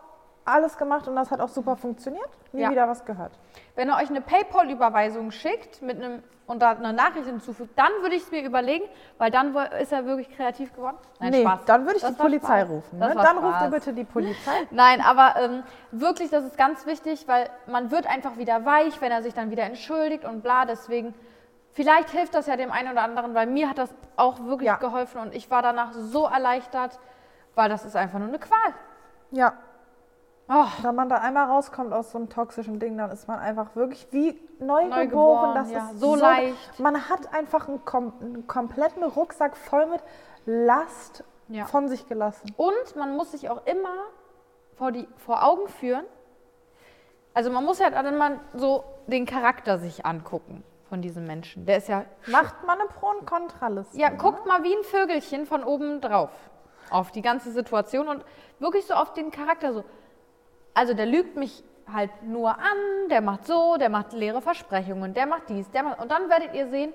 Speaker 1: alles gemacht und das hat auch super funktioniert. Nie
Speaker 2: Ja.
Speaker 1: wieder was gehört.
Speaker 2: Wenn ihr euch eine PayPal-Überweisung schickt mit einem, und da eine Nachricht hinzufügt, dann würde ich es mir überlegen, weil dann wo- ist er wirklich kreativ geworden. Nein,
Speaker 1: nee,
Speaker 2: Spaß.
Speaker 1: dann würde ich
Speaker 2: Das
Speaker 1: die
Speaker 2: war
Speaker 1: Polizei
Speaker 2: Spaß.
Speaker 1: rufen.
Speaker 2: Das
Speaker 1: Ne?
Speaker 2: war
Speaker 1: Dann
Speaker 2: Spaß.
Speaker 1: ruft ihr bitte die Polizei.
Speaker 2: Nein, aber ähm, wirklich, das ist ganz wichtig, weil man wird einfach wieder weich, wenn er sich dann wieder entschuldigt und bla. Deswegen, vielleicht hilft das ja dem einen oder anderen, weil mir hat das auch wirklich
Speaker 1: Ja.
Speaker 2: geholfen und ich war danach so erleichtert, weil das ist einfach nur eine Qual.
Speaker 1: ja,
Speaker 2: Oh,
Speaker 1: wenn man da einmal rauskommt aus so einem toxischen Ding, dann ist man einfach wirklich wie neu,
Speaker 2: Neu geboren,
Speaker 1: geboren. Das
Speaker 2: ja.
Speaker 1: ist
Speaker 2: So leicht.
Speaker 1: Man hat einfach einen, kom einen kompletten Rucksack voll mit Last
Speaker 2: Ja.
Speaker 1: von sich gelassen.
Speaker 2: Und man muss sich auch immer vor, die, vor Augen führen. Also man muss ja dann mal so den Charakter sich angucken von diesem Menschen. Der ist ja.
Speaker 1: Macht man eine Pro- und Kontraliste.
Speaker 2: Ja, guckt mal wie ein Vögelchen von oben drauf auf die ganze Situation und wirklich so auf den Charakter so. Also der lügt mich halt nur an, der macht so, der macht leere Versprechungen, der macht dies, der macht und dann werdet ihr sehen,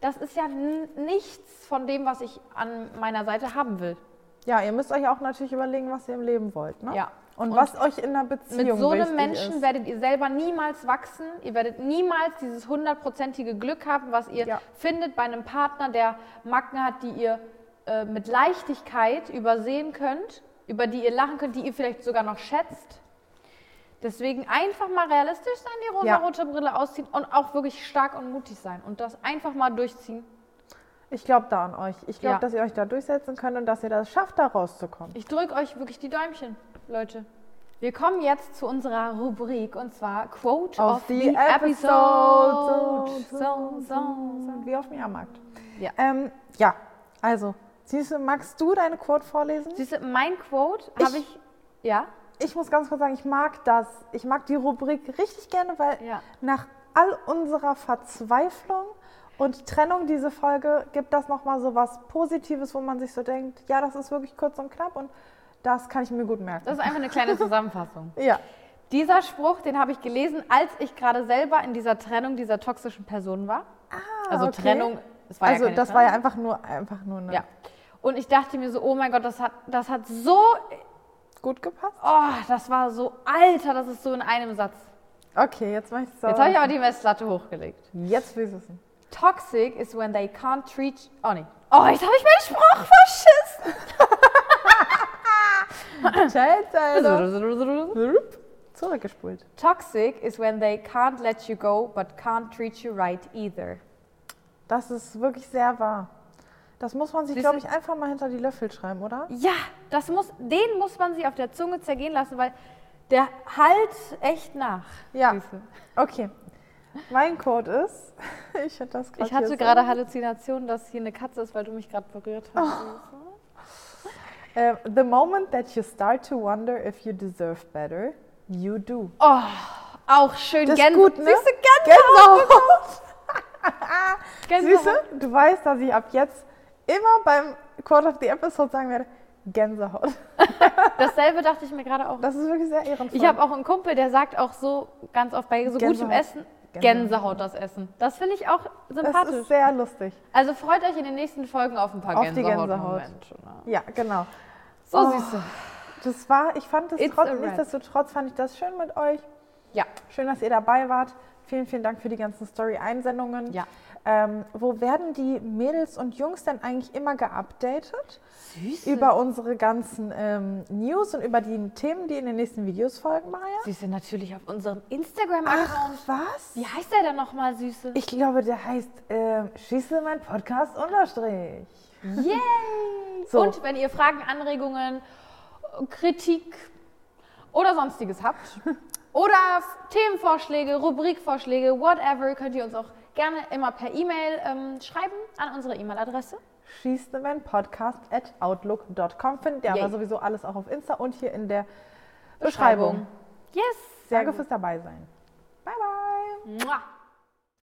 Speaker 2: das ist ja n- nichts von dem, was ich an meiner Seite haben will.
Speaker 1: Ja, ihr müsst euch auch natürlich überlegen, was ihr im Leben wollt. Ne?
Speaker 2: Ja.
Speaker 1: Und,
Speaker 2: Und
Speaker 1: was euch in der Beziehung
Speaker 2: Mit so einem
Speaker 1: wichtig
Speaker 2: Menschen
Speaker 1: ist.
Speaker 2: werdet ihr selber niemals wachsen. Ihr werdet niemals dieses hundertprozentige Glück haben, was ihr
Speaker 1: Ja.
Speaker 2: findet bei einem Partner, der Macken hat, die ihr äh, mit Leichtigkeit übersehen könnt, über die ihr lachen könnt, die ihr vielleicht sogar noch schätzt. Deswegen einfach mal realistisch sein, die rosarote Brille ausziehen und auch wirklich stark und mutig sein und das einfach mal durchziehen.
Speaker 1: Ich glaube da an euch. Ich glaube,
Speaker 2: Ja.
Speaker 1: dass ihr euch da durchsetzen könnt und dass ihr das schafft, da rauszukommen.
Speaker 2: Ich drücke euch wirklich die Däumchen, Leute. Wir kommen jetzt zu unserer Rubrik und zwar Quote
Speaker 1: Auf
Speaker 2: of
Speaker 1: die
Speaker 2: the,
Speaker 1: Episode.
Speaker 2: Episode. So, so.
Speaker 1: Wie auf dem Jahrmarkt.
Speaker 2: Ja.
Speaker 1: Ähm, ja, also, siehst du, magst du deine Quote vorlesen?
Speaker 2: Siehst du, mein Quote
Speaker 1: Ich-
Speaker 2: habe ich. Ja?
Speaker 1: Ich muss ganz kurz sagen, ich mag das. Ich mag die Rubrik richtig gerne, weil
Speaker 2: Ja.
Speaker 1: nach all unserer Verzweiflung und Trennung diese Folge gibt das nochmal so was Positives, wo man sich so denkt, ja, das ist wirklich kurz und knapp und das kann ich mir gut merken.
Speaker 2: Das ist einfach eine kleine Zusammenfassung.
Speaker 1: ja.
Speaker 2: Dieser Spruch, den habe ich gelesen, als ich gerade selber in dieser Trennung dieser toxischen Person war. also
Speaker 1: Ah, okay.
Speaker 2: Trennung, es war
Speaker 1: Also
Speaker 2: ja keine
Speaker 1: das
Speaker 2: Trennung.
Speaker 1: war ja einfach nur, einfach nur eine
Speaker 2: Ja. Und ich dachte mir so, oh mein Gott, das hat, das hat so,
Speaker 1: gut gepasst.
Speaker 2: oh, das war so, Alter, das ist so in einem Satz.
Speaker 1: Okay, jetzt mache ich es
Speaker 2: Jetzt habe ich aber die Messlatte hochgelegt.
Speaker 1: Jetzt will ich es wissen.
Speaker 2: Toxic is when they can't treat. Oh nee. Oh, jetzt habe ich meinen Spruch verschissen.
Speaker 1: Chelsea. Zurückgespult.
Speaker 2: Toxic is when they can't let you go but can't treat you right either.
Speaker 1: Das ist wirklich sehr wahr. Das muss man sich,
Speaker 2: Siehst du-
Speaker 1: glaube ich, einfach mal hinter die Löffel schreiben, oder?
Speaker 2: Ja, das muss, den muss man sich auf der Zunge zergehen lassen, weil der halt echt nach.
Speaker 1: Ja.
Speaker 2: Süße.
Speaker 1: Okay. Mein Code ist. Ich hatte das gerade.
Speaker 2: Ich hatte
Speaker 1: hier
Speaker 2: gerade Halluzinationen, dass hier eine Katze ist, weil du mich gerade berührt hast.
Speaker 1: so. Äh, the moment that you start to wonder if you deserve better, you do.
Speaker 2: Oh, auch schön
Speaker 1: Das ist
Speaker 2: Gänse-
Speaker 1: gut, ne?
Speaker 2: Süße
Speaker 1: Gänsehaut.
Speaker 2: Gänse.
Speaker 1: Süße, du weißt, dass ich ab jetzt immer beim Quote of the Episode sagen werde, Gänsehaut.
Speaker 2: Dasselbe dachte ich mir gerade auch.
Speaker 1: Das ist wirklich sehr ehrenvoll.
Speaker 2: Ich habe auch einen Kumpel, der sagt auch so ganz oft bei so gutem
Speaker 1: Gänsehaut.
Speaker 2: Essen
Speaker 1: Gänsehaut.
Speaker 2: Gänsehaut das Essen. Das finde ich auch
Speaker 1: das ist
Speaker 2: sympathisch.
Speaker 1: sehr lustig.
Speaker 2: Also freut euch in den nächsten Folgen auf ein paar
Speaker 1: Auf die Gänsehaut.
Speaker 2: Gänsehaut-Momente. ne?
Speaker 1: Ja, genau.
Speaker 2: So
Speaker 1: Oh.
Speaker 2: süße.
Speaker 1: Das war, ich fand das
Speaker 2: It's
Speaker 1: trotz,
Speaker 2: a wrap.
Speaker 1: nichtsdestotrotz fand ich das schön mit euch.
Speaker 2: Ja.
Speaker 1: Schön, dass ihr dabei wart. Vielen, vielen Dank für die ganzen Story-Einsendungen.
Speaker 2: Ja.
Speaker 1: Ähm, wo werden die Mädels und Jungs denn eigentlich immer geupdatet?
Speaker 2: Süß.
Speaker 1: Über unsere ganzen ähm, News und über die Themen, die in den nächsten Videos folgen, Maja?
Speaker 2: Süße natürlich auf unserem Instagram-Account.
Speaker 1: was?
Speaker 2: Wie heißt der denn nochmal, Süße?
Speaker 1: Ich glaube, der heißt ähm, Schieße mein Podcast unterstrich.
Speaker 2: Yay!
Speaker 1: So.
Speaker 2: Und wenn ihr Fragen, Anregungen, Kritik oder sonstiges habt oder F- Themenvorschläge, Rubrikvorschläge, whatever, könnt ihr uns auch gerne immer per E-Mail ähm, schreiben an unsere E-Mail-Adresse.
Speaker 1: Schieße mein Podcast at outlook.com. Findet ihr
Speaker 2: Yay.
Speaker 1: aber sowieso alles auch auf Insta und hier in der Beschreibung.
Speaker 2: Yes!
Speaker 1: Danke fürs dabei sein. Bye bye.
Speaker 2: Mua.